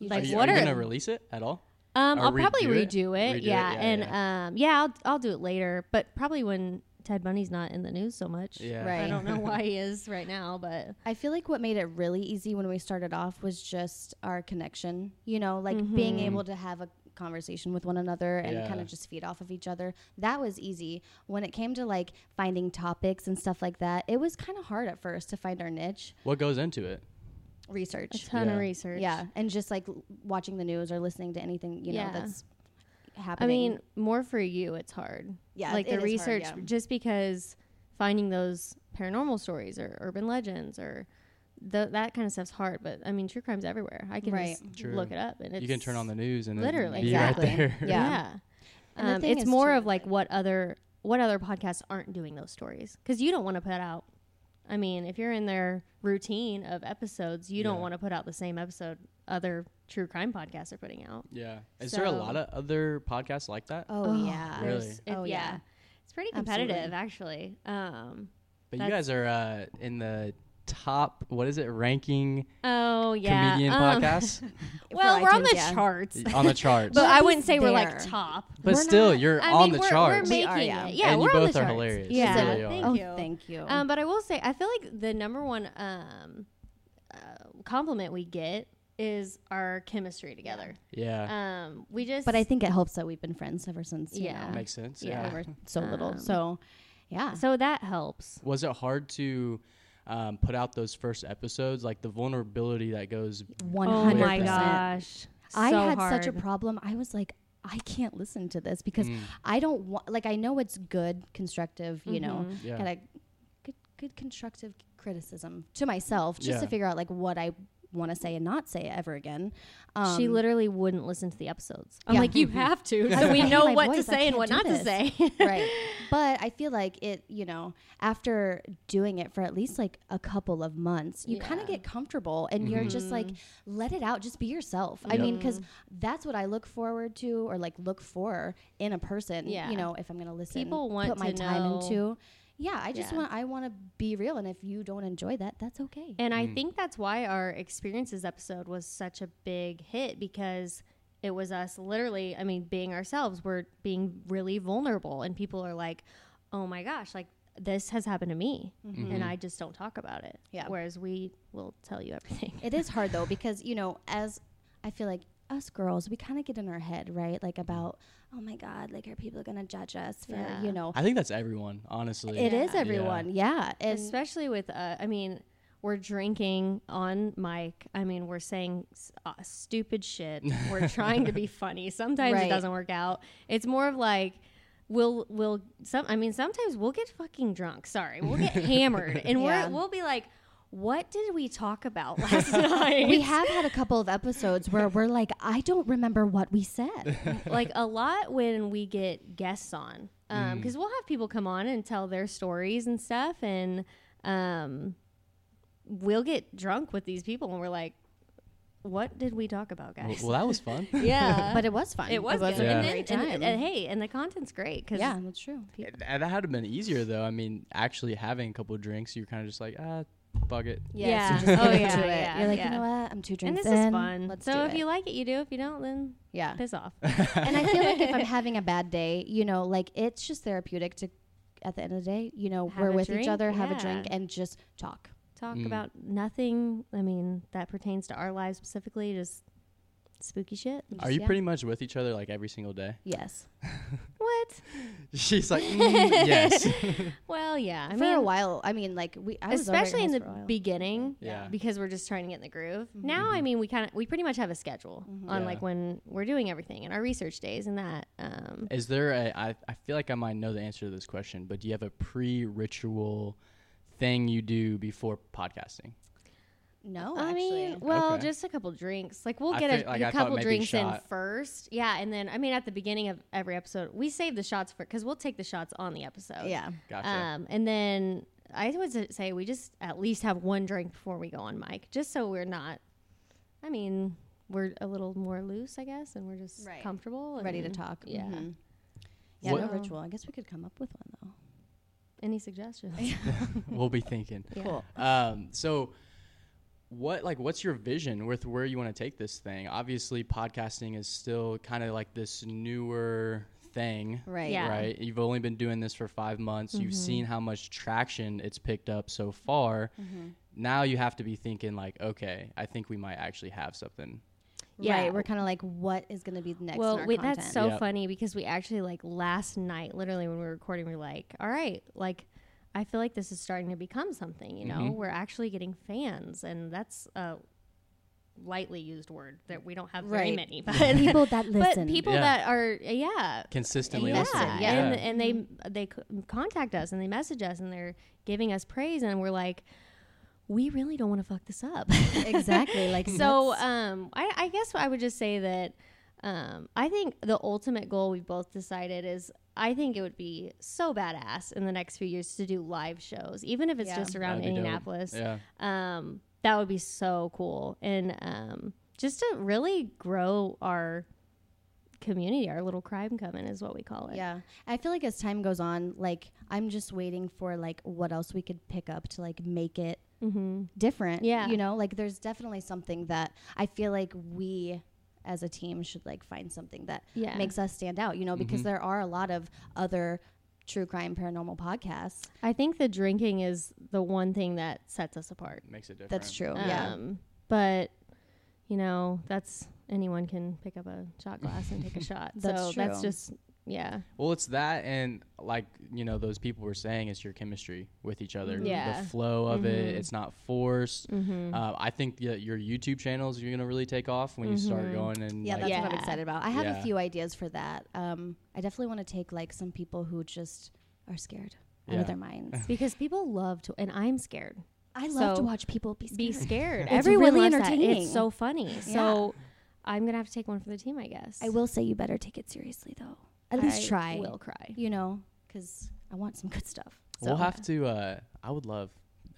Are
Like,
you,
what
are you
are
gonna release it at all?
um,
Or
I'll probably
redo it?
redo it.
Redo it,
yeah.
yeah,
and um, yeah, I'll I'll do it later, but probably when Ted Bundy's not in the news so much.
Yeah.
I
Right.
don't know why he is right now, but
I feel like what made it really easy when we started off was just our connection. You know, like being
Mm-hmm.
able to have a conversation with one another and
Yeah.
kind of just feed off of each other. That was easy. When it came to like finding topics and stuff like that, it was kind of hard at first to find our niche
What goes into it?
a
research.
ton
Yeah.
of research.
Yeah, and just like l- watching the news or listening to anything you know
Yeah.
that's
I
happening.
mean, more for you, it's hard.
Yeah,
Like
it
the
is hard,
research,
yeah.
just because finding those paranormal stories or urban legends or the, that kind of stuff's hard. But I mean, true crime's everywhere. I can
Right.
just
True.
look it up and it's
you can turn on the news and
literally.
it be right there.
Exactly.
Yeah.
Yeah. And the
Um,
thing
it's
is,
more
too,
of like what other what other podcasts aren't doing those stories because you don't want to put out. I mean, if you're in their routine of episodes, you don't
Yeah.
want to put out the same episode other true crime podcasts are putting out.
yeah. Is there a
So-
lot of other podcasts like that?
oh, yeah,
Really?
There's- it-
Oh,
yeah.
yeah.
It's pretty competitive,
Absolutely.
actually. Um,
but you
that's-
guys are uh, in the top. What is it? Ranking
oh yeah,
comedian
um,
podcasts
Well, we're on
iTunes,
the
yeah.
charts,
on the charts.
but I
Nobody's
wouldn't say we're like
there.
top.
But
We're
still,
not-
you're
I
on
mean,
the
we're,
charts.
We're making
are,
it.
yeah.
yeah.
And you
we're on
both
the
are
charts.
hilarious. You
Yeah,
really
thank
are.
oh,
you.
thank you.
Um, but I will say, I feel like the number one um, uh, compliment we get is our chemistry together.
yeah,
Um, we just,
but I think it helps that we've been friends ever since. You
Yeah.
know,
makes sense.
Uh, yeah.
Yeah.
we were so little.
Um,
So, yeah.
so that helps.
Was it hard to um, put out those first episodes? Like the vulnerability that goes.
One
Oh
hundred
my
percent.
gosh,
I
So
had
hard.
such a problem. I was like, I can't listen to this because
Mm.
mm,
I don't want. Like I know it's good, constructive. You
Mm-hmm.
know,
Yeah.
kind of good, good constructive criticism to myself just to
Yeah.
figure out like what I want to say and not say ever again. Um,
she literally wouldn't listen to the episodes. I'm
Yeah.
like, you have to,
I
so we
hate
know
my
what to
voice. I
say
can't
and what
do
not
this.
to say.
right. But I feel like it, you know, after doing it for at least like a couple of months, you kind
Yeah.
of get comfortable and you're just like, let it out, just be yourself. I
Yep.
mean, because that's what I look forward to or like look for in a person,
Yeah.
you know, if I'm going to listen,
People want
put my
to
time
know-
into. Yeah, I just
Yeah.
want, I want to be real. And if you don't enjoy that, that's okay.
And I think that's why our experiences episode was such a big hit because it was us literally, I mean, being ourselves, we're being really vulnerable. And people are like, oh my gosh, like this has happened to me. And I just don't talk about it.
Yeah.
Whereas we will tell you everything.
It is hard though because you know, as I feel like us girls, we kind of get in our head, right? Like about, oh my god, like are people gonna judge us for
Yeah.
you know?
I think that's everyone, honestly.
It is
Yeah.
everyone, yeah. And
Especially with, uh, I mean, we're drinking on mic. I mean, we're saying s- uh, stupid shit. We're trying to be funny. Sometimes
Right.
it doesn't work out. It's more of like we'll we'll some. I mean, sometimes we'll get fucking drunk. Sorry, we'll get hammered, and
Yeah.
we're, we'll be like, "What did we talk about last night?"
we have had a couple of episodes where we're like, I don't remember what we said.
like a lot when we get guests on
Mm.
because we'll have people come on and tell their stories and stuff and um, we'll get drunk with these people and we're like what did we talk about
Well,
guys
well, that was fun.
yeah
but it was fun.
it was,
a
good. And,
Yeah.
then,
great
and,
time.
and hey and the content's great because
yeah, that's true.
And and that had been easier though. I mean, actually having a couple drinks, you're kind of just like, ah, fuck it.
Yeah.
so just
Oh,
get
yeah,
into it.
yeah,
You're like,
yeah.
you know what? I'm two
and
drinks
this
in.
is fun
Let's do
so if
it. Ah.
you like it you do if you don't then
yeah.
piss off
and I feel like if I'm having a bad day, you know, like it's just therapeutic to, at the end of the day, you know,
Have
we're
a
with each
drink,
other, have a
yeah.
drink, and just talk.
talk
Mm.
about nothing i mean that pertains to our lives specifically just spooky shit
Are
Just-
you
yeah.
pretty much with each other like every single day?
Yes.
what
She's like, "Mm, yes.
well yeah i
for
mean
a while, I mean, like we, I was over at your
especially in
house
the
for Mm-hmm. a while.
beginning
Yeah. Mm-hmm.
because we're just trying to get in the groove now i mean we kind of we pretty much have a schedule
Mm-hmm.
on
Yeah.
like when we're doing everything and our research days and that um
Is there a? I I feel like I might know the answer to this question, but do you have a pre-ritual thing you do before podcasting?
No,
I
actually.
mean, well,
Okay.
just a couple drinks. Like we'll
I
get
think-
a,
like,
a
I thought
couple
maybe
drinks in
shot.
first, yeah, and then I mean at the beginning of every episode, we save the shots for because we'll take the shots on the episode.
yeah.
Gotcha.
Um, and then I would say we just at least have one drink before we go on mic, just so we're not. I mean, we're a little more loose, I guess, and we're just
Right.
comfortable,
Ready to
and-
talk.
Mm-hmm. Yeah.
Mhm. Yeah,
What-
no ritual. I guess we could come up with one though.
Any suggestions?
we'll be thinking.
Yeah.
Cool.
Um, so what like what's your vision with where you want to take this thing? Obviously, podcasting is still kind of like this newer thing.
Right.
Yeah. Mm-hmm.
Right. You've only been doing this for five months. You've seen how much traction it's picked up so far.
Mm-hmm.
Now you have to be thinking like, okay, I think we might actually have something.
Yeah.
Right. We're kind of like, what is going to be next? in
well,
our
wait,
content?
that's so
Yep.
funny because we actually like last night, literally when we were recording, we were like, "All right, like." I feel like this is starting to become something, you know.
Mm-hmm.
We're actually getting fans, and that's a lightly used word that we don't have very
Right.
many, but
people that listen.
but people
Yeah.
that are yeah
Consistently
yeah,
listening.
yeah.
and and they they c- contact us and they message us and they're giving us praise and we're like we really don't want to fuck this up
exactly. Like
so
that's-
um I, I guess I would just say that um I think the ultimate goal we've both decided is I think it would be so badass in the next few years to do live shows even if it's
Yeah.
just
That'd
around
be dope.
Indianapolis
Yeah.
um, that would be so cool and um, just to really grow our community our little crime coven is what we call it
yeah, I feel like as time goes on, like I'm just waiting for like what else we could pick up to like make it
Mm-hmm.
different.
Yeah.
you know, like there's definitely something that I feel like we as a team should like find something that
Yeah. Mm-hmm.
makes us stand out. You know, because there are a lot of other true crime paranormal podcasts.
i think the drinking is the one thing that sets us apart
Makes a difference.
That's true. Oh,
Mm,
yeah.
um, but you know that's anyone can pick up a shot glass and take a shot
That's
so that's
true.
just Yeah.
Well, it's that, and like you know, those people were saying, it's your chemistry with each other.
Mm-hmm. Yeah. Mm-hmm.
The flow of it. It's not forced.
Mm-hmm.
Uh, I think that your YouTube channels you're gonna really take off when you
Mm-hmm.
start going and
Yeah,
like,
that's
Yeah.
what I'm excited about. I have
Yeah.
a few ideas for that. Um, I definitely want to take like some people who just are scared out
Yeah.
of their minds.
Because people love to, and I'm scared.
I love
So,
to watch people be scared.
Be scared.
It's
Everyone
really
loves That.
entertaining.
It's so funny. So I'm going to have to take one for the team, I guess.
I will say you better take it seriously though. At least
I
try.
will cry.
You know, because I want some good stuff. So.
We'll have to. Uh, I would love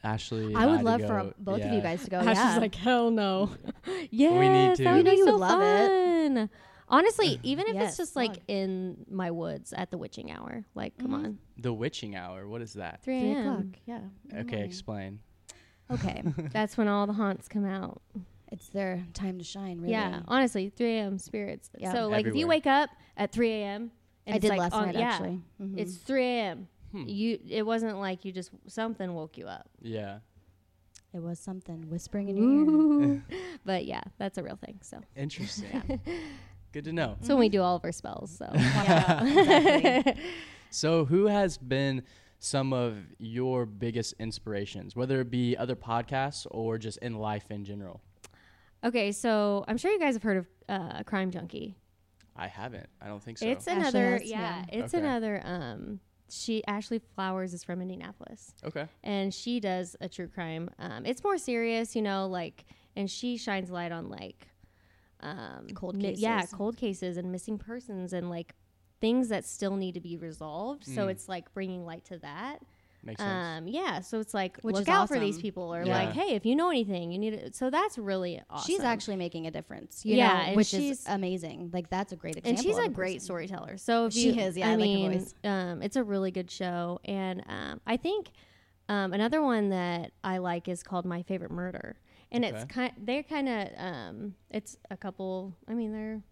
Ashley. and
I would
to
love for
go-
um, both of
yeah.
you guys to go.
Ash
yeah.
is like, hell no.
We need
yes,
to.
that
You
would
know
be
you would
so
love it.
fun. Honestly, even if
Yes,
it's just
plug.
like in my woods at the witching hour, like come on,
The witching hour. What is that?
3
Mm-hmm. Three o'clock.
a.m.
Yeah. Mm-hmm.
Okay, explain.
Okay.
That's when all the haunts come out.
it's their time to shine. Really.
Yeah, honestly, 3 a.m. spirits.
Yeah.
So like, if
Everywhere.
you wake up at 3 a.m. and
I
it's
did
like
last
on-
night
yeah,
actually. Mhm.
It's 3 a.m.
Hmm.
You, it wasn't like you just something woke you up.
Yeah.
it was something whispering in your ear.
but yeah, that's a real thing. So
Mm-hmm.
Interesting. Good to know.
it's when we do all of our spells. So
Yeah, exactly.
So, who has been some of your biggest inspirations, whether it be other podcasts or just in life in general?
okay, so I'm sure you guys have heard of uh, Crime Junkie.
I haven't. I don't think so.
It's
Ashley
another,
has,
yeah, It's
Okay.
another. Um, she Ashley Flowers is from Indianapolis,
okay.
and she does a true crime. Um, it's more serious, you know, like, and she shines light on like, um,
Cold
mi- yeah,
cases.
cold cases and missing persons and like things that still need to be resolved. So it's like bringing light to
Hmm.
that.
uh,
Makes sense.
Um, yeah, so it's like
Which
look
is
out for these
awesome.
people, or
Yeah.
like, hey, if you know anything, you need. To, so that's really awesome.
She's actually making a difference. You
Yeah,
know,
and
which
she's-
is amazing. Like that's a great example.
and she's
of
a great
person.
storyteller. So if
She
you-
is, yeah, I like her voice.
Um, it's a really good show, and um, I think um, another one that I like is called My Favorite Murder, and it's
Okay.
kind. They're kind of um, it's a couple. I mean, they're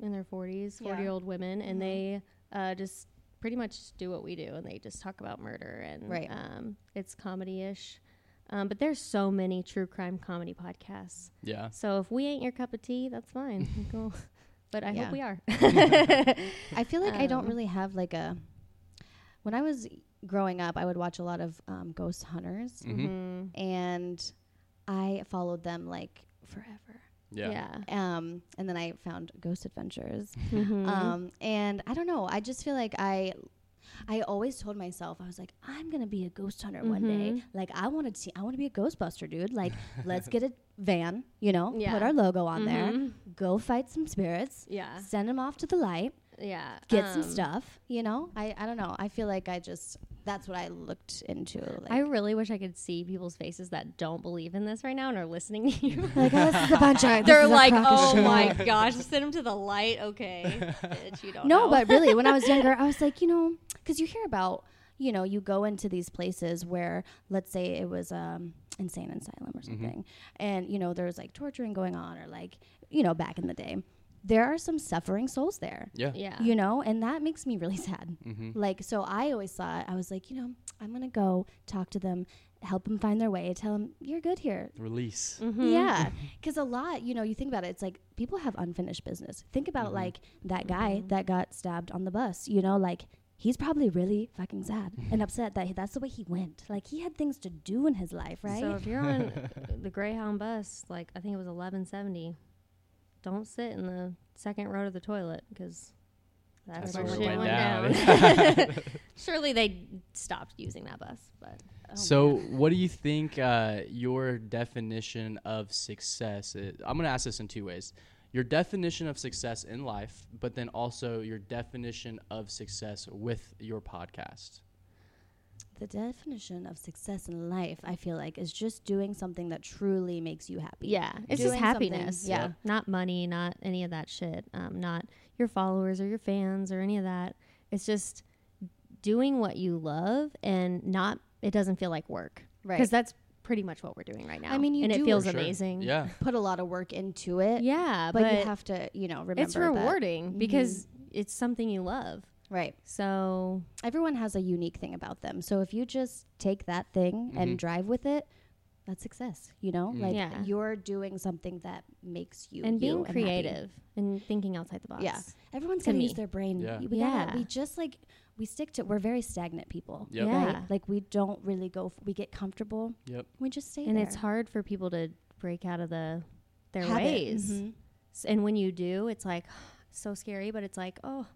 in their forties,
Yeah. Mm-hmm.
forty year old women, and they uh, just pretty much do what we do, and they just talk about murder, and
Right.
um, it's comedy ish. Um, but there's so many true crime comedy podcasts.
yeah.
So if we ain't your cup of tea, that's fine. Go- But I
Yeah.
hope we are.
I feel like I don't
Um,
really have like a. When I was growing up, I would watch a lot of um, ghost hunters,
hmm
Mm-hmm.
and I followed them like forever.
Yeah.
Um, and then I found Ghost Adventures,
Mm-hmm.
um, and I don't know. I just feel like I. I always told myself I was like I'm gonna be a ghost hunter one day.
Mm-hmm.
Like I want to see, I want to be a Ghostbuster, dude. Like let's get a van, you know,
Yeah. Mm-hmm.
put our logo on there, go fight some spirits,
yeah.
send them off to the light,
Yeah.
get some
Um,
stuff. You know, I, I don't know. I feel like I just that's what I looked into. Like,
I really wish I could see people's faces that don't believe in this right now and are listening to you.
like oh, this is a bunch of. this
They're
is a
like,
crock of
oh
shit."
my gosh, send him to the light. Okay. Bitch, you don't
No,
know.
but really, when I was younger, I was like, you know, because you hear about, you know, you go into these places where, let's say, it was um, insane asylum or something, and you know, there was like torturing going on, or like, you know, back in the day, there are some suffering souls there.
Yeah. Mm-hmm.
Yeah.
you know and that makes me really sad like so i always thought i was like you know i'm gonna go talk to them help them find their way tell them you're good here
Release.
Hmm.
Mm-hmm.
yeah because a lot you know you think about it it's like people have unfinished business think about like that guy that got stabbed on the bus you know like he's probably really fucking sad and upset that he, that's the way he went like he had things to do in his life right
So if you're on the Greyhound bus, like I think it was 1170, don't sit in the second row to the toilet because that's,
That's
where
where it
shit
went
went
down.
down. Surely they stopped using that bus, but
so, what do you think uh, your definition of success is? I'm going to ask this in two ways your definition of success in life, but then also your definition of success with your podcast.
the definition of success in life i feel like is just doing something that truly makes you happy
Yeah, it's
Doing
just
something,
happiness.
yeah. Yep.
not money, not any of that shit. Um, not your followers or your fans or any of that. It's just doing what you love and not. It doesn't feel like work,
Right.
Because that's pretty much what we're doing right now.
I mean, you
and
do
it feels
For sure.
amazing.
Yeah.
put a lot of work into it
yeah,
but,
Uh, but,
you have to, you know, remember Mm-hmm.
it's rewarding because it's something you love.
that- right.
So
Everyone has a unique thing about them. So if you just take that thing and drive with it, that's success, you know?
Mm-hmm. Mm.
Like
Yeah.
you're doing something that makes you
and being
you happy.
creative and thinking outside the box.
Yeah. Everyone's
to
gonna use
me.
their brain.
Yeah.
We, gotta-
Yeah.
we just like we stick to we're very stagnant people.
Yep.
Yeah.
Right? Like we don't really go f- we get comfortable.
Yep.
We just stay
and
there.
it's hard for people to break out of the their
Habit.
ways.
Mhm.
S- And when you do, it's like so scary, but it's like oh,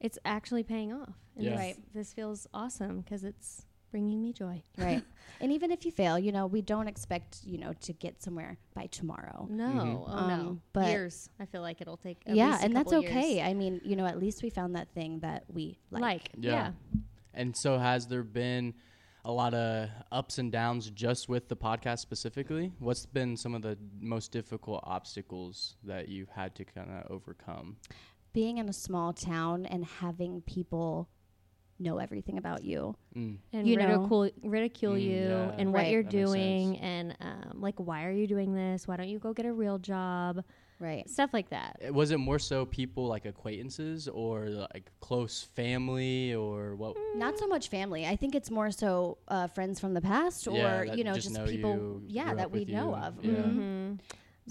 it's actually paying off. And
Yeah.
this,
Right.
this feels awesome because it's bringing me joy.
Right. and even if you fail, you know, we don't expect, you know, to get somewhere by
Mm-hmm.
tomorrow.
No, oh no,
Um, but-
years. I feel like it'll take. At
yeah,
least a
and that's
couple years.
okay. I mean, you know, at least we found that thing that we like.
Like,
Yeah.
yeah.
And so has there been a lot of ups and downs just with the podcast specifically? What's been some of the most difficult obstacles that you've had to kind of overcome?
Being in a small town and having people know everything about you.
Mm.
and
You know.
ridicule ridicule
Mm,
you
yeah.
and what
Right.
you're
That makes
doing and um, like why are you doing this? Why don't you go get a real job?
Right.
Stuff like that.
Uh, Was it more so people like acquaintances or like close family or what?
Not so much family. I think it's more so uh, friends from the past or,
Yeah, that
you know,
just
just,
know
people,
you,
yeah,
grew
that
up
we
with
know
you.
of. Mm-hmm.
Yeah.
hmm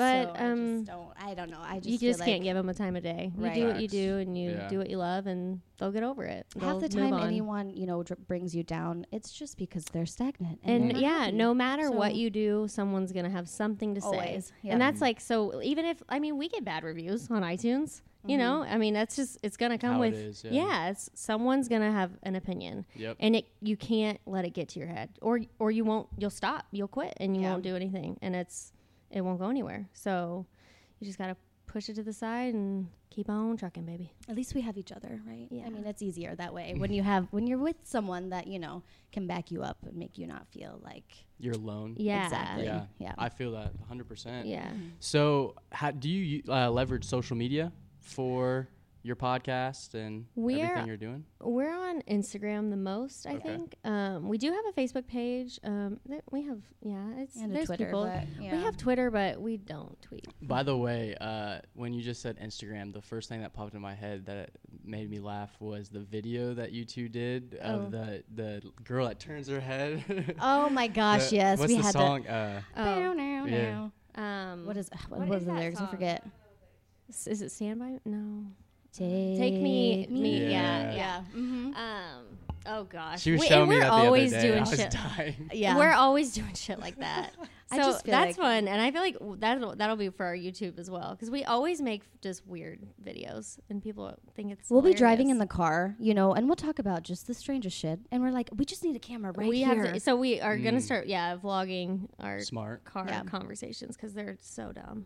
But
So I
um,
just don't, I don't know. I just
you
feel
just can't
like
give them a time of day.
Right.
You do what you
Facts.
do, and you
Yeah.
do what you love, and they'll get over it.
half
They'll
the
move
time
on.
anyone, you know, dr- brings you down. It's just because they're stagnant.
And
they're not
yeah,
happy.
no matter what
So-
you do, someone's gonna have something to
Always,
say.
yeah.
And that's like so. Even if I mean, we get bad reviews on iTunes. You know,
Mm-hmm.
I mean, that's just it's gonna come
How it
with
is, yeah.
it's, someone's gonna have an opinion,
Yep.
and it you can't let it get to your head, or or you won't. You'll stop. You'll quit, and you
Yeah.
won't do anything, and it's it won't go anywhere. So you just gotta push it to the side and keep on trucking, baby.
At least we have each other, right?
Yeah.
I mean, it's easier that way when you have when you're with someone that you know can back you up and make you not feel like
You're alone.
Yeah.
exactly.
Yeah.
yeah.
I feel that 100%.
Yeah.
So, how, do you uh, leverage social media for your podcast and
We
everything
are-
you're doing?
We're on Instagram the most, I
Okay.
think. Um, we do have a Facebook page. Um, th- we have, yeah, it's
and a
there's
Twitter,
people.
but yeah.
We have Twitter, but we don't tweet.
By the way, uh, when you just said Instagram, the first thing that popped in my head that made me laugh was the video that you two did
Oh.
of the the girl that turns her head.
Oh my gosh,
The-
yes,
what's
we
the
had
song? Uh,
that.
Oh,
Now,
Yeah.
now.
um,
What is what, what
What is
are the
that
lyrics? I
song?
forget.
is, is it? Stand by? No.
Take,
Take me, me,
me.
yeah,
Yeah.
yeah.
Mm-hmm.
Um, oh gosh,
she was
We-
showing me
we're
that the
always
other day.
doing
I was
shit.
dying.
Yeah.
We're always doing shit like that.
I
So
just feel like-
that's fun, and I feel like w- that'll that'll be for our YouTube as well because we always make just weird videos, and people think it's.
We'll be driving
hilarious.
in the car, you know, and we'll talk about just the strangest shit. And we're like, we just need a camera right
we
here.
have to, so we are gonna
Mm.
start yeah vlogging our
Smart.
car
Yeah.
conversations because they're so dumb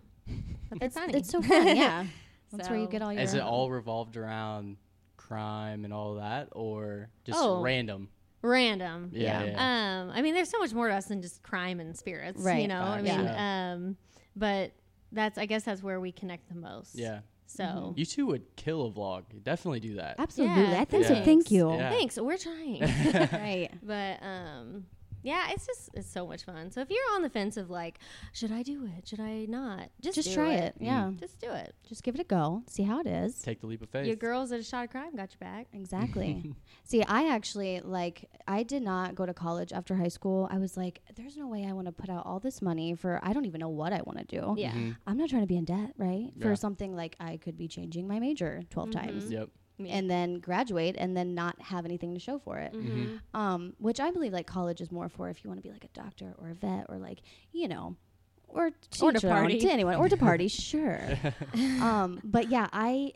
but they're
it's,
funny
it's so fun, yeah. That's where you
So-
get all your.
Is it all revolved around crime and all that, or just
Oh.
random?
random
Yeah,
yeah, um i mean there's so much more to us than just crime and spirits you
Right.
know i
Facts,
mean um but that's i guess that's where we connect the most
Yeah,
so
Mm-hmm.
you two would kill a vlog. Definitely do that.
Absolutely,
Yeah,
I think so.
thanks.
Thank you.
Yeah.
thanks we're trying
Right.
But um yeah, it's just it's so much fun. So if you're on the fence of like, should I do it? Should I not? Just,
Just
do
try it. Yeah.
Just do it.
Just give it a go. See how it is.
Take the leap of faith.
Your girls at a shot of crime got your back.
Exactly. See, I actually like I did not go to college after high school. I was like, there's no way I want to put out all this money for I don't even know what I want to do.
Yeah.
Mhm.
I'm not trying to be in debt, right?
Yeah.
For something like I could be changing my major 12 times
Yep.
Mm-hmm. Yeah.
and then graduate and then not have anything to show for it.
Mm-hmm.
Mhm.
Um, which I believe like college is more for if you want to be like a doctor or a vet or like, you know, or to,
Or to
each their own,
party.
to anyone or to party, sure. um, but yeah, I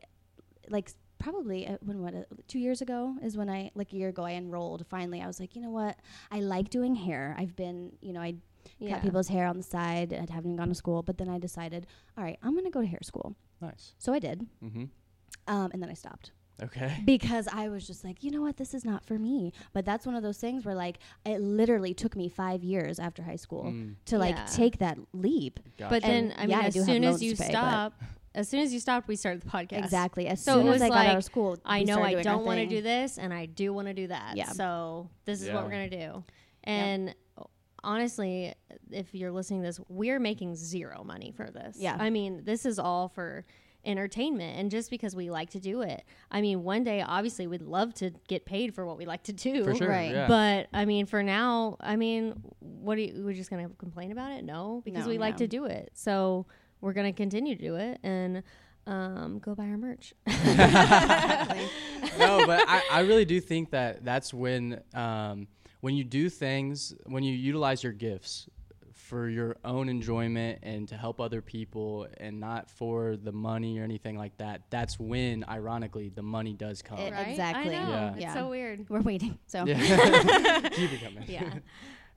like s- probably uh, when what uh, two years ago is when I like a year ago I enrolled. Finally, I was like, you know what, I like doing hair. I've been, you know, I
Yeah.
cut people's hair on the side. I haven't even gone to school, but then I decided, all right, I'm gonna go to hair school.
Nice.
So I did,
hmm
um, and then I stopped
Okay.
because I was just like, you know what, this is not for me. But that's one of those things where like it literally took me five years after high school
Mm,
to like
Yeah.
take that leap.
gotcha.
But then
Uh, And
I mean
yeah, I
as
do have
soon
loans
as
to
you
pay, but-
stop as soon as you stopped we started the podcast.
Exactly. As
So
soon
it
as I
was
got out
like,
of school,
I
we
know
started
I
doing
don't
our
want to
thing.
do this and I do want to do that.
Yeah.
So this is
Yeah.
what we're gonna do. And honestly, if you're listening to this, we're making zero money for this.
Yeah.
I mean, this is all for entertainment and just because we like to do it. I mean, one day obviously we'd love to get paid for what we like to do.
for sure.
Right.
Yeah.
But I mean, for now, I mean, what are you, we're just gonna complain about it? No, because
No,
we like
no.
to do it, so we're gonna continue to do it and um, go buy our merch.
no, but I, I really do think that that's when um, when you do things when you utilize your gifts for your own enjoyment and to help other people and not for the money or anything like that. That's when, ironically, the money does come.
It- Right? Exactly.
I know.
Yeah.
It's
Yeah.
so weird.
We're waiting. So
Yeah. Keep it coming.
Yeah.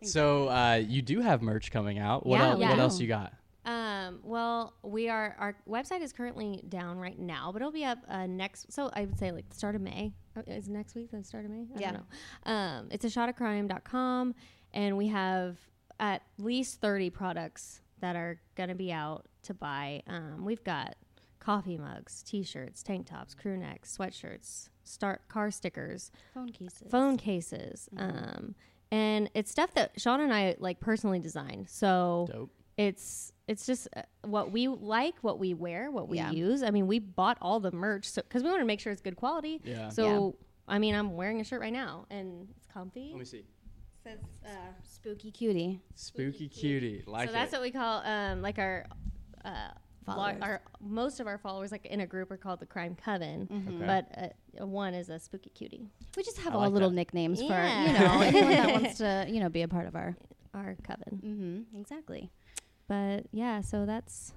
So uh, you do have merch coming out. What,
Yeah,
el-
we
what
do.
else you got?
Um, well, we are our website is currently down right now, but it'll be up uh, next. So I would say like the start of May Uh, is next week. The start of May. I
Yeah.
don't know. Um, it's a shot of crime.com and we have at least thirty products that are gonna be out to buy. Um, we've got coffee mugs, t-shirts, tank tops, crew necks, sweatshirts, start car stickers,
phone cases.
phone cases. Um, and it's stuff that Sean and I like personally designed. So
Dope.
it's it's just uh, what we like, what we wear, what we
Yeah.
use. I mean, we bought all the merch because we want to make sure it's good quality.
Yeah.
So I mean, I'm wearing a shirt right now and it's comfy.
Let me see.
Says, uh,
Spooky cutie.
Spooky cutie. Like
so that's
it.
what we call um, like our. Uh, lo-
Followers.
our most of our followers like in a group are called the crime coven
Mm-hmm.
Okay.
but uh, one is a spooky cutie
We just have
I
all
like
little
that.
nicknames
Yeah.
for you know anyone that wants to you know be a part of our.
our coven
Mm-hmm, exactly.
but yeah so that's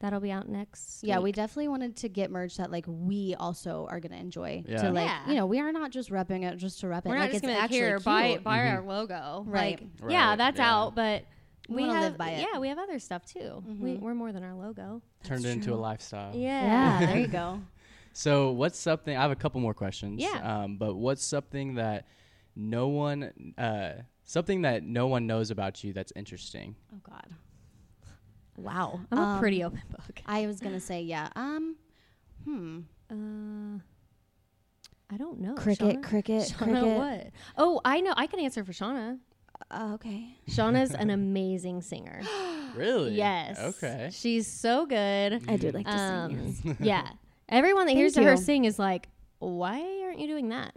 that'll be out next
Yeah,
week.
we definitely wanted to get merch that like we also are gonna enjoy.
Yeah.
To like
Yeah.
you know we are not just repping it just to rep it.
We're not
like
just
it's
gonna like,
actually
here
cute.
buy buy our
Mm-hmm.
logo,
Right.
Like, yeah,
Right,
that's
yeah.
out, but
We
we
wanna
have
live by it. Mm-hmm.
yeah, we have other stuff too. We, we're more than our logo.
Turned into a
Oh.
lifestyle.
Yeah, there you go.
So what's something? I have a couple more questions.
Yeah.
Um, but what's something that no one, uh, something that no one knows about you that's interesting?
Oh God,
Wow, I'm
Um,
a pretty open book.
I was gonna say yeah. Um, hmm. Oh,
Uh, I don't know.
Cricket,
Shauna?
cricket,
Shauna
cricket.
What? Oh, I know. I can answer for Shauna.
Uh, okay.
Shauna's an amazing singer.
Really?
yes.
Okay.
She's so good.
I do like to sing.
Um, yeah. Everyone that hears
Thank
her
you.
sing is like, why aren't you doing that?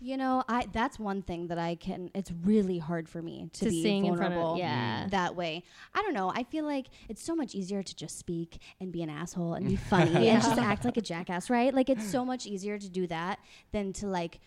You know, I that's one thing that I can. It's really hard for me to,
To
be
sing in front of-
vulnerable
yeah.
that way. I don't know. I feel like it's so much easier to just speak and be an asshole and be funny and just act like a jackass, right? Like it's so much easier to do that than to like.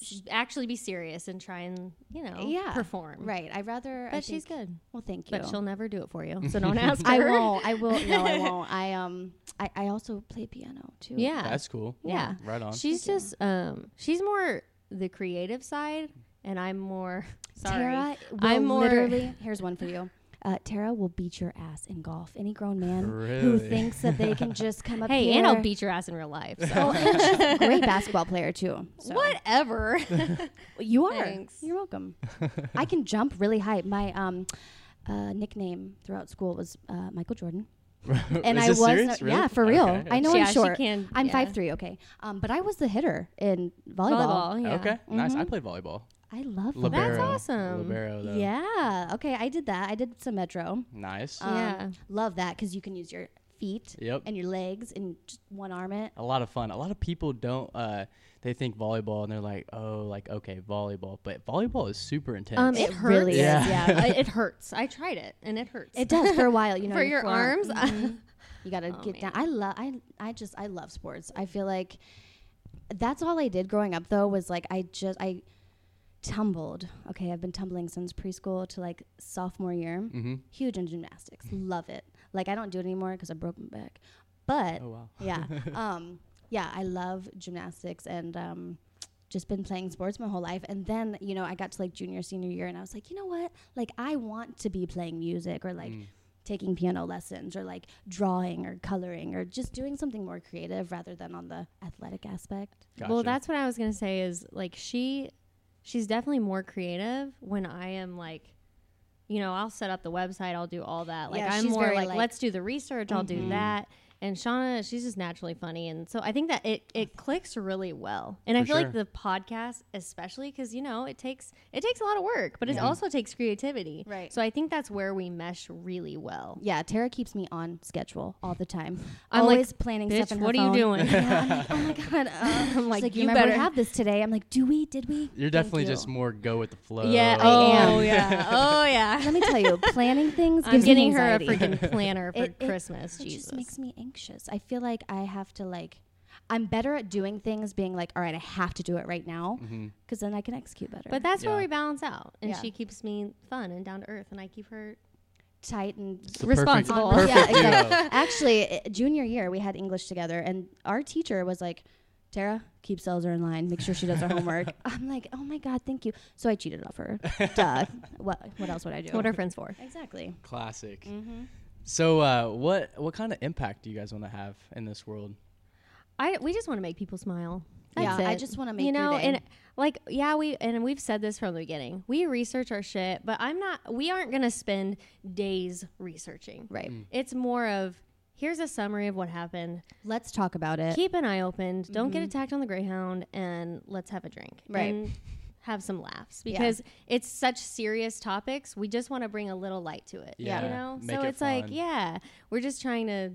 Should actually be serious and try and you know
Yeah.
perform.
Right. I'd rather. I
But she's
think-
good.
Well, thank you.
But she'll never do it for you. So don't ask her.
I won't. I will. No, I won't. I um. I, I also play piano too.
Yeah.
That's cool.
yeah.
Right on.
She's just um she's more the creative side and I'm more sorry.
Tara will
I'm more
literally. Here's one for you. Uh, Tara will beat your ass in golf. Any grown man who
Really?
thinks that they can just come up
Hey,
here.
and I'll beat your ass in real life. so-
Oh, and she's a great basketball player too. So.
Whatever.
You are.
Thanks.
You're welcome. I can jump really high. My um, uh, nickname throughout school was uh, Michael Jordan, and
Is
I
this
was
serious? Really?
yeah for real.
Okay.
I know
Yeah,
I'm
she
short.
can-
I'm
yeah.
five three. Okay, um, but I was the hitter in volleyball.
Volleyball. yeah.
Okay. Nice.
Mm-hmm.
I played volleyball.
I love volleyball.
Libero.
awesome.
Libero though.
Yeah. Okay, I did that. I did some metro.
Nice.
Um,
Yeah.
Love that because you can use your feet
Yep.
and your legs and just one arm it.
a lot of fun. A lot of people don't. Uh, they think volleyball and they're like, oh, like okay, volleyball. But volleyball is super intense.
Um it,
It
hurts.
really is,
Yeah.
yeah. I- it hurts. I tried it and it hurts.
It does for a while, you know.
For your
forearm.
arms.
Mhm. you got to
Oh,
get down. I love. I I just I love sports. I feel like that's all I did growing up though was like I just I tumbled. Okay, I've been tumbling since preschool to like sophomore year.
Mhm.
Huge in gymnastics. Love it. Like I don't do it anymore because I broke my back. But
Oh wow.
yeah, um, yeah, I love gymnastics and. Um, just been playing sports my whole life and then you know i got to like junior senior year and i was like you know what like i want to be playing music or like
Mm.
taking piano lessons or like drawing or coloring or just doing something more creative rather than on the athletic aspect
Gotcha.
Well, that's what I was gonna say is like she, she's definitely more creative when I am like, you know, I'll set up the website, I'll do all that. Like
Yeah,
I'm
she's
more
very,
like,
like-
Mm-hmm.
let's do the research, I'll do that, And Shauna, she's just naturally funny, and so I think that it it clicks really well. And I
For
feel
sure.
like the podcast, especially because you know it takes it takes a lot of work, but it
Mm-hmm.
also takes creativity.
Right.
So I think that's where we mesh really well.
Yeah, Tara keeps me on schedule all the time.
I'm like,
always planning
Bitch,
stuff. In her
what are you
phone."
doing?
Yeah, I'm like, oh my god! Uh,
I'm like,
she's like,
"You
you remember
better-
we have this today. I'm like, do we? Did we?
You're
Thank
definitely
you."
just more go with the flow.
yeah.
I
Oh
am.
yeah. Oh yeah.
Let me tell you, planning things.
I'm
gives me
getting her a
anxiety.
freaking planner for
It- it-
Christmas.
It
Jesus.
just makes me anxious. I feel like I have to like. I'm better at doing things, being like, all right, I have to do it right now, because then I can execute better.
but that's where
Yeah.
we balance out, and
Yeah.
she keeps me fun and down to earth, and I keep her
tight and
the perfect-
responsible.
perfect
yeah,
duo.
exactly. Actually, i- junior year we had English together, and our teacher was like, "Tara, keep Selzer in line. Make sure she does her homework." I'm like, "Oh my god, thank you." So I cheated off her. Duh. What? What else would I do?
What are friends for?
exactly.
Classic.
Mm-hmm.
So, uh, what what kind of impact do you guys want to have in this world?
I we just want to make people smile.
Yeah,
That's
I
it.
just wanna
you
make your
know,
day.
and like yeah, we and we've said this from the beginning. We research our shit, but I'm not. We aren't gonna spend days researching.
Right.
It's more of here's a summary of what happened.
Let's talk about it. Mm-hmm.
Keep an eye open. Don't get attacked on the Greyhound, and let's have a drink.
Right.
And have some laughs
Yeah.
because it's such serious topics. We just want to bring a little light to it.
Yeah,
You know.
make
so
it
it's like
fun.
yeah, we're just trying to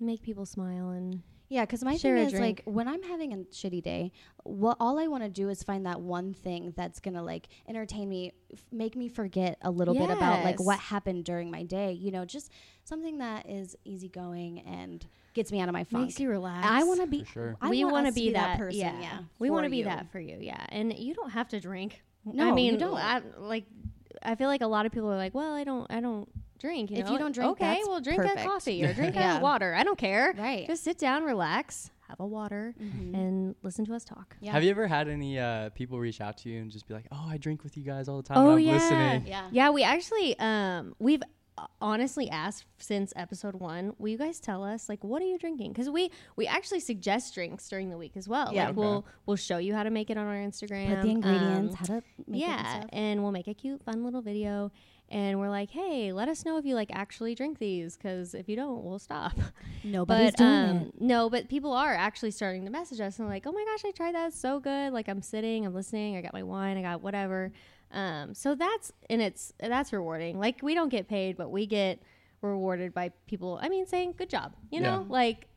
make people smile and
Yeah, because my
Share
thing
a
is
drink.
like when I'm having a shitty day, what all I want to do is find that one thing that's gonna like entertain me, f- make me forget a little bit about like
Yes.
what happened during my day. You know, just something that is easygoing and gets me out of my funk.
makes you relax.
I want to be.
For sure.
I
we
want
wanna
to be that, person. Yeah,
we
for
want to be
you.
that for you. Yeah, and you don't have to drink.
No,
I
you
mean,
don't.
I, like, I feel like a lot of people are like, "Well, I don't, I don't drink." You
If
know?
you don't drink,
okay,
that's
well, drink a
perfect.
coffee or drink
Yeah.
a water. I don't care.
Right.
Just sit down, relax, have a water,
Mm-hmm.
and listen to us talk.
Yeah.
Have you ever had any uh, people reach out to you and just be like, "Oh, I drink with you guys all the time.
Oh
and I'm
yeah.
listening."
Yeah.
yeah. We actually, um, we've honestly asked since episode one. Will you guys tell us like what are you drinking? Because we we actually suggest drinks during the week as well.
Yeah.
Like, we'll we'll show you how to make it on our Instagram.
Put the ingredients,
um,
how to make it. And
yeah,
stuff.
and we'll make a cute, fun little video. And we're like, hey, let us know if you like actually drink these, because if you don't, we'll stop.
Nobody's
but
doing
um,
it.
no, but people are actually starting to message us and like, oh my gosh, I tried that, it's so good. Like I'm sitting, I'm listening, I got my wine, I got whatever. Um, so that's and it's that's rewarding. Like we don't get paid, but we get rewarded by people. I mean, saying good job, you
Yeah.
know, like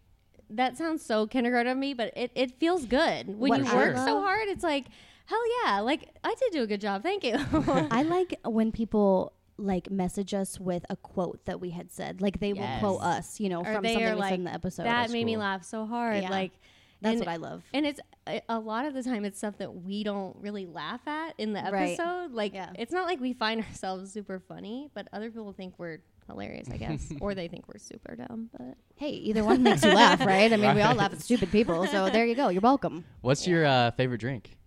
that sounds so kindergarten of me, but it, it feels good when
What
you
I
work
love-
so hard. It's like hell yeah, like I did do a good job. Thank you.
I like when people like message us with a quote that we had said. Like they
Yes.
will quote us, you know,
Or
from
they
something
are
within
like
the episode.
that
That's
made me
cool.
laugh so hard.
Yeah.
Like
That's
and-
what I love.
And it's a- a lot of the time it's stuff that we don't really laugh at in the
Right.
episode. Like
Yeah.
it's not like we find ourselves super funny, but other people think we're hilarious, I guess, or they think we're super dumb. But
Hey, either one makes you laugh, right? I mean, we all laugh at stupid people, so there you go. You're welcome.
What's your uh, favorite drink?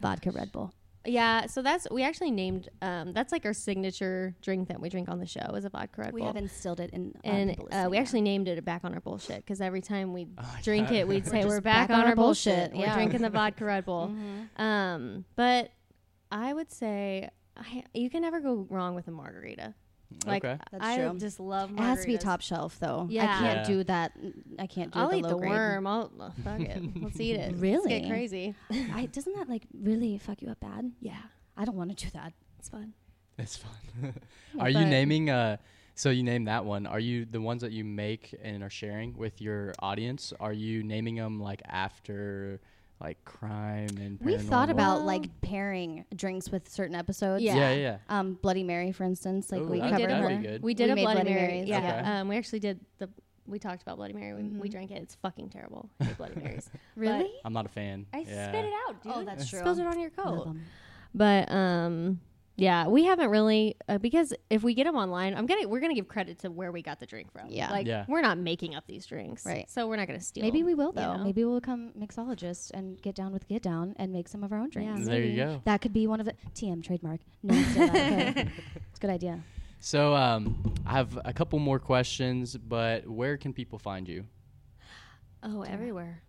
Vodka Red Bull.
yeah, so that's we actually named um, that's like our signature drink that we drink on the show is a vodka Red
We
Bull.
have instilled it in uh,
and
people
uh, we
listening.
actually named it a back on our bullshit because every time we
Oh,
drink
yeah.
it, we'd say
We're
we're
just
back, on, our bullshit. We're
yeah. Mm-hmm.
drinking the vodka Red Bull. Um, but I would say I, you can never go wrong with a margarita. Like
Okay.
That's
I
true.
just love.
It has to be
margaritas.
top shelf, though.
Yeah.
I can't
Yeah.
do that. I can't do
I'll
the
eat
low
the
grade.
worm. I'll oh, fuck it. Let's eat it. Let's get
Really?
crazy.
I, doesn't that like really fuck you up bad?
Yeah,
I don't want to do that.
it's fun.
It's fun. are you
but-
naming? Uh, so you name that one. Are you the ones that you make and are sharing with your audience? Are you naming them like after like crime and?
We thought
paranormal?
about
Well-
like pairing drinks with certain episodes.
Yeah.
Yeah, yeah. yeah.
Um, Bloody Mary, for instance, like
Ooh,
we
that-
covered
that'd
her.
be good.
We did
We
a
made
Bloody,
Bloody
Mary.
Marys. Mm-hmm.
Yeah.
Okay.
Um, we actually did the. We talked about Bloody Mary. We, we drank it. It's fucking terrible. I hate Bloody Marys.
Really?
I'm not a fan.
I
yeah.
spit it out, dude.
Oh, that's true.
Spilled it on your
Love
coat.
'em.
But um, yeah, we haven't really uh, because if we get them online, I'm gonna we're gonna give credit to where we got the drink from.
Yeah.
like
Yeah.
we're not making up these drinks,
Right.
So we're not gonna steal.
Maybe we will
you
though.
know?
Maybe we'll become mixologists and get down with get down and make some of our own drinks.
Yeah.
There
maybe.
you go.
That could be one of the TM trademark. No, it's not. Okay. It's a good idea.
So um, I have a couple more questions, but where can people find you?
Oh, everywhere.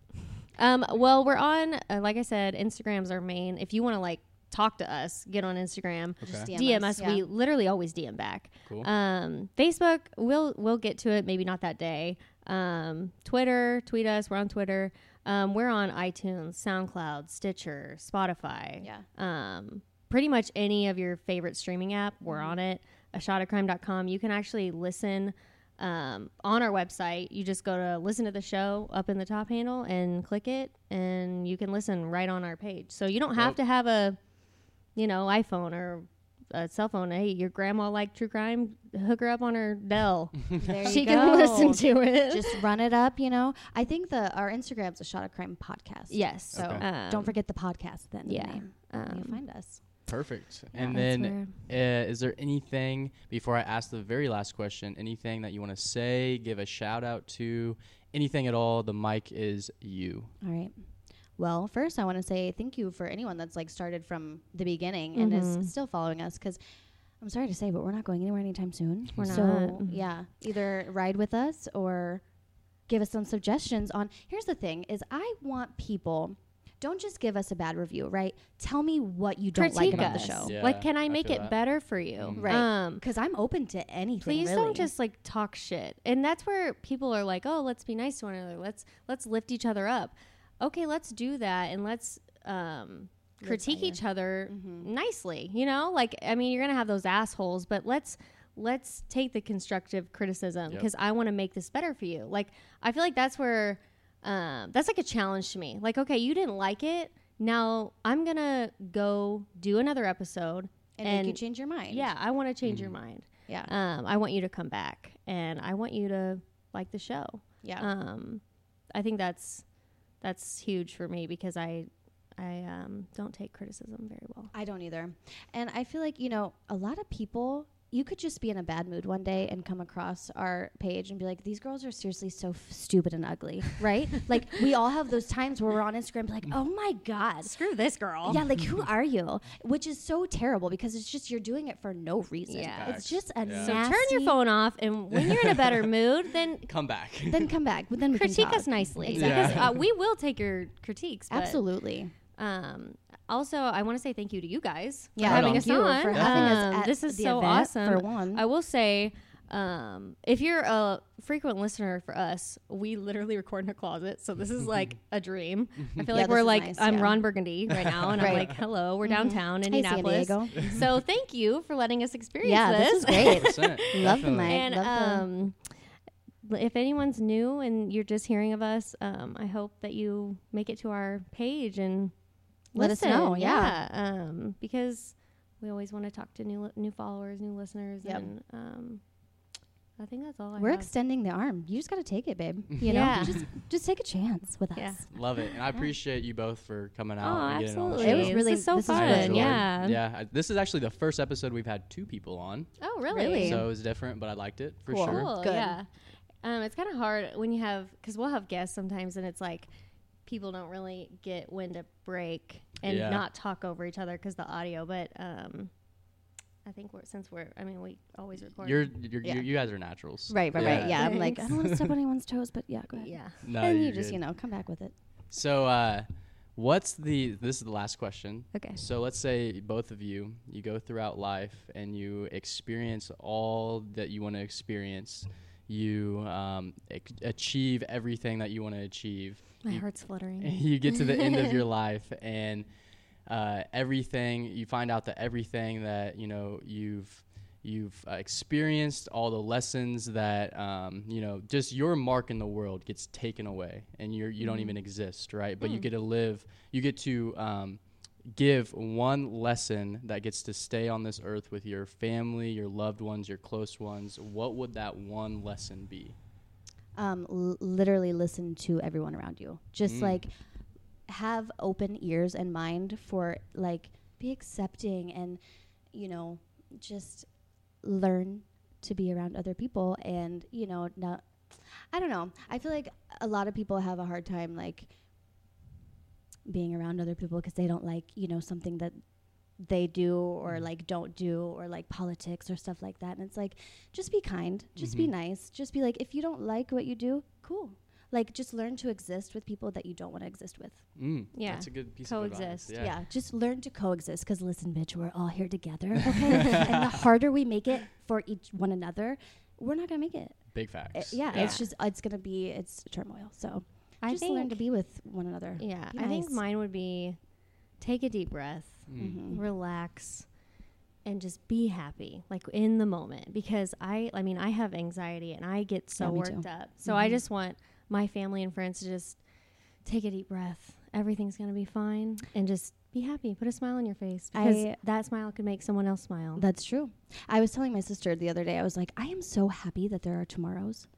Um, well, we're on, uh, like I said, Instagram's our main. If you want to like talk to us, get on Instagram.
Okay.
DM
DM us.
us,
We
yeah.
literally always DM back.
Cool.
Um, Facebook, we'll we'll get to it. Maybe not that day. um, Twitter, tweet us. We're on Twitter. Um, we're on iTunes, SoundCloud, Stitcher, Spotify.
Yeah.
Um, pretty much any of your favorite streaming app, we're
Mm-hmm.
on it. A shot at crime.com. You can actually listen um, on our website. You just go to listen to the show up in the top handle and click it, and you can listen right on our page. So you don't have
Yep.
to have a, you know, iPhone or a cell phone. Hey, your grandma liked true crime. Hook her up on her Dell.
There
she
you
can
go.
listen to it.
Just run it up, you know. I think the our Instagram's a shot of crime podcast.
yes.
So
Okay.
um,
don't forget the podcast then.
yeah,
name when you
um,
find us.
Perfect.
Yeah,
and
that's
then, uh, is there anything before I ask the very last question? Anything that you want to say? Give a shout out to anything at all? The mic is you.
All right. Well, first I want to say thank you for anyone that's like started from the beginning and
Mhm.
is still following us because I'm sorry to say, but we're not going anywhere anytime soon.
We're
so
not. Mm-hmm.
yeah, either ride with us or give us some suggestions on. Here's the thing: is I want people. Don't just give us a bad review, right? Tell me what you don't like
critique
about
us.
the show.
Yeah,
like, can I
I
make
feel
it
that.
better for you?
Mm.
Right.
Um,
Because I'm open to anything.
please
really.
don't just like talk shit. And that's where people are like, oh, let's be nice to one another. Let's let's lift each other up. Okay, let's do that and let's
Live
um,
Mm-hmm.
critique
by
each other nicely. You know, like I mean, you're gonna have those assholes, but let's let's take the constructive criticism
Yep.
because I want to make this better for you. Like I feel like that's where um, that's like a challenge to me. Like, okay, you didn't like it. Now I'm gonna go do another episode
and, make you change your mind.
yeah, I want to change your mind.
yeah,
Um, I want you to come back, and I want you to like the show.
yeah.
Um, I think that's that's huge for me because I I um, don't take criticism very well.
I don't either. And I feel like, you know, a lot of people, you could just be in a bad mood one day and come across our page and be like, these girls are seriously so f- stupid and ugly, right? like, we all have those times where we're on Instagram, and be like, oh my God.
Screw this girl.
Yeah, like, who are you? Which is so terrible because it's just you're doing it for no reason.
Yeah.
It's just a
Yeah.
nasty.
So turn your phone off, and when you're in a better mood, then
Come back.
Then come back. But then we can
critique
talk.
us nicely
Exactly.
because uh, we will take your critiques. But,
Absolutely.
Um, also, I want to say thank you to you guys
Yeah,
for having
Right
us
on.
on.
Thank you for having us
Um,
at
this is
the
so
event,
awesome.
for one.
I will say, um, if you're a frequent listener for us, we literally record in a closet, so this is like a dream. I feel
Mm-hmm. Yeah,
like
this
we're
is
like
nice,
I'm
yeah.
Ron Burgundy right now, and I'm
Right. Mm-hmm.
like, hello, we're downtown
Hey, San
Indianapolis.
Diego.
so thank you for letting us experience
Yeah,
this. Oh
this was
100%,
great. Love the
definitely.
mic.
and
love the-
um, if anyone's new and you're just hearing of us, um, I hope that you make it to our page and
Let us
listen.
know, yeah.
yeah, um, because we always want to talk to new li- new followers, new listeners,
Yep.
and um, I think that's all. I
We're
have.
extending the arm. You just got to take it, babe. You know,
Yeah.
just just take a chance with us.
Yeah.
Love it, and I appreciate you both for coming out.
Oh,
and getting on the
absolutely!
It was
show.
really-
this is so
this is
fun.
I enjoyed-
yeah.
yeah. I- this is actually the first episode we've had two people on,
Oh, really?
Really?
so it was different, but I liked it for
Cool.
sure.
Cool.
Good.
Oh, Yeah. Um, it's kind of hard when you have because we'll have guests sometimes, and it's like people don't really get when to break and
Yeah.
not talk over each other because the audio. But um, I think we're since we're I mean we always record.
You're, you're,
Yeah.
you you guys are naturals.
Right, right, right. Yeah, I'm like, I
Thanks.
don't want to step on anyone's toes, but yeah, go ahead.
yeah.
No,
and
you're
you just,
good.
you know, come back with it.
So, uh, what's the? This is the last question.
Okay.
So let's say both of you, you go throughout life and you experience all that you want to experience. You um, ac- achieve everything that you want to achieve.
My
You-
heart's fluttering.
you get to the end of your life and uh, everything you find out that everything that you know you've you've uh, experienced all the lessons that um, you know just your mark in the world gets taken away and you're you
Mm-hmm.
don't even exist right
Hmm.
but you get to live you get to um, give one lesson that gets to stay on this earth with your family your loved ones your close ones what would that one lesson be
Um, l- literally listen to everyone around you. Just like have open ears and mind for like be accepting and you know just learn to be around other people and you know not i don't know i feel like a lot of people have a hard time like being around other people because they don't like you know something that they do or like don't do or like politics or stuff like that and it's like just be kind just be nice just be like if you don't like what you do cool like just learn to exist with people that you don't want to exist with
mm,
Yeah.
that's a good piece
Coexist,
of advice
yeah. just learn to coexist because listen, bitch, we're all here together, okay? and the harder we make it for each one another, we're not gonna make it.
Big facts.
Uh, yeah,
Yeah.
it's just it's gonna be it's turmoil. So
I
just learn to be with one another.
Yeah,
Be
I think
nice.
mine would be take a deep breath,
Mm.
Mhm.
relax, and just be happy, like in the moment. Because I, I mean, I have anxiety and I get so
Yeah, me
worked
too. Mm-hmm.
up. So I just want my family and friends to just take a deep breath. Everything's gonna be fine, and just be happy. Put a smile on your face because
I-
that smile could make someone else smile.
That's true. I was telling my sister the other day. I was like, I am so happy that there are tomorrows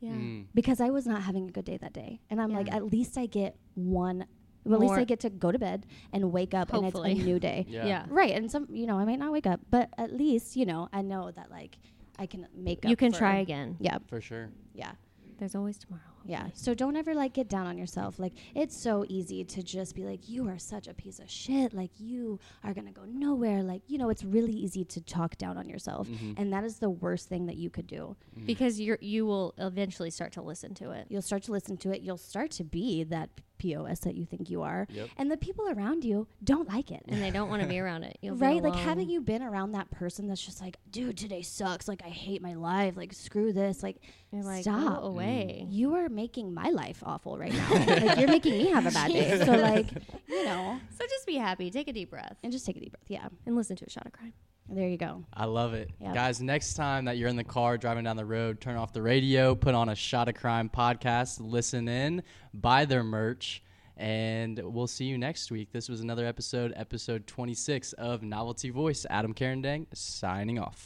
yeah.
Mm.
because I was not having a good day that day, and I'm like,
Yeah.
at least I get one. Well, at least
More-
I get to go to bed and wake up, and
Hopefully.
it's a new day.
Yeah.
Yeah.
Right, and some you know I might not wake up, but at least you know I know that like I can make up.
You can
for-
try again.
Yeah,
For sure.
yeah,
There's always tomorrow.
yeah. So don't ever like get down on yourself. Like it's so easy to just be like, you are such a piece of shit. Like you are gonna go nowhere. Like you know, it's really easy to talk down on yourself,
Mm-hmm.
and that is the worst thing that you could do.
Because you're you will eventually start to listen to it.
You'll start to listen to it. You'll start to be that pos that you think you are,
Yep.
and the people around you don't like it.
And they don't want to be around it. You'll be
right like
alone.
haven't you been around that person that's just like dude today sucks like i hate my life like screw this like
You're like, oh,
stop Mm.
go away.
you are making my life awful right now like you're making me have a bad day so like you know
So just be happy. Take a deep breath
and just take a deep breath yeah
and listen to a shot of crime.
there you go
I love it.
Yep.
Guys, next time that you're in the car driving down the road, turn off the radio, put on a Shot of Crime podcast, listen in, buy their merch, and we'll see you next week. This was another episode, episode 26 of Novelty Voice. Adam Carendang signing off.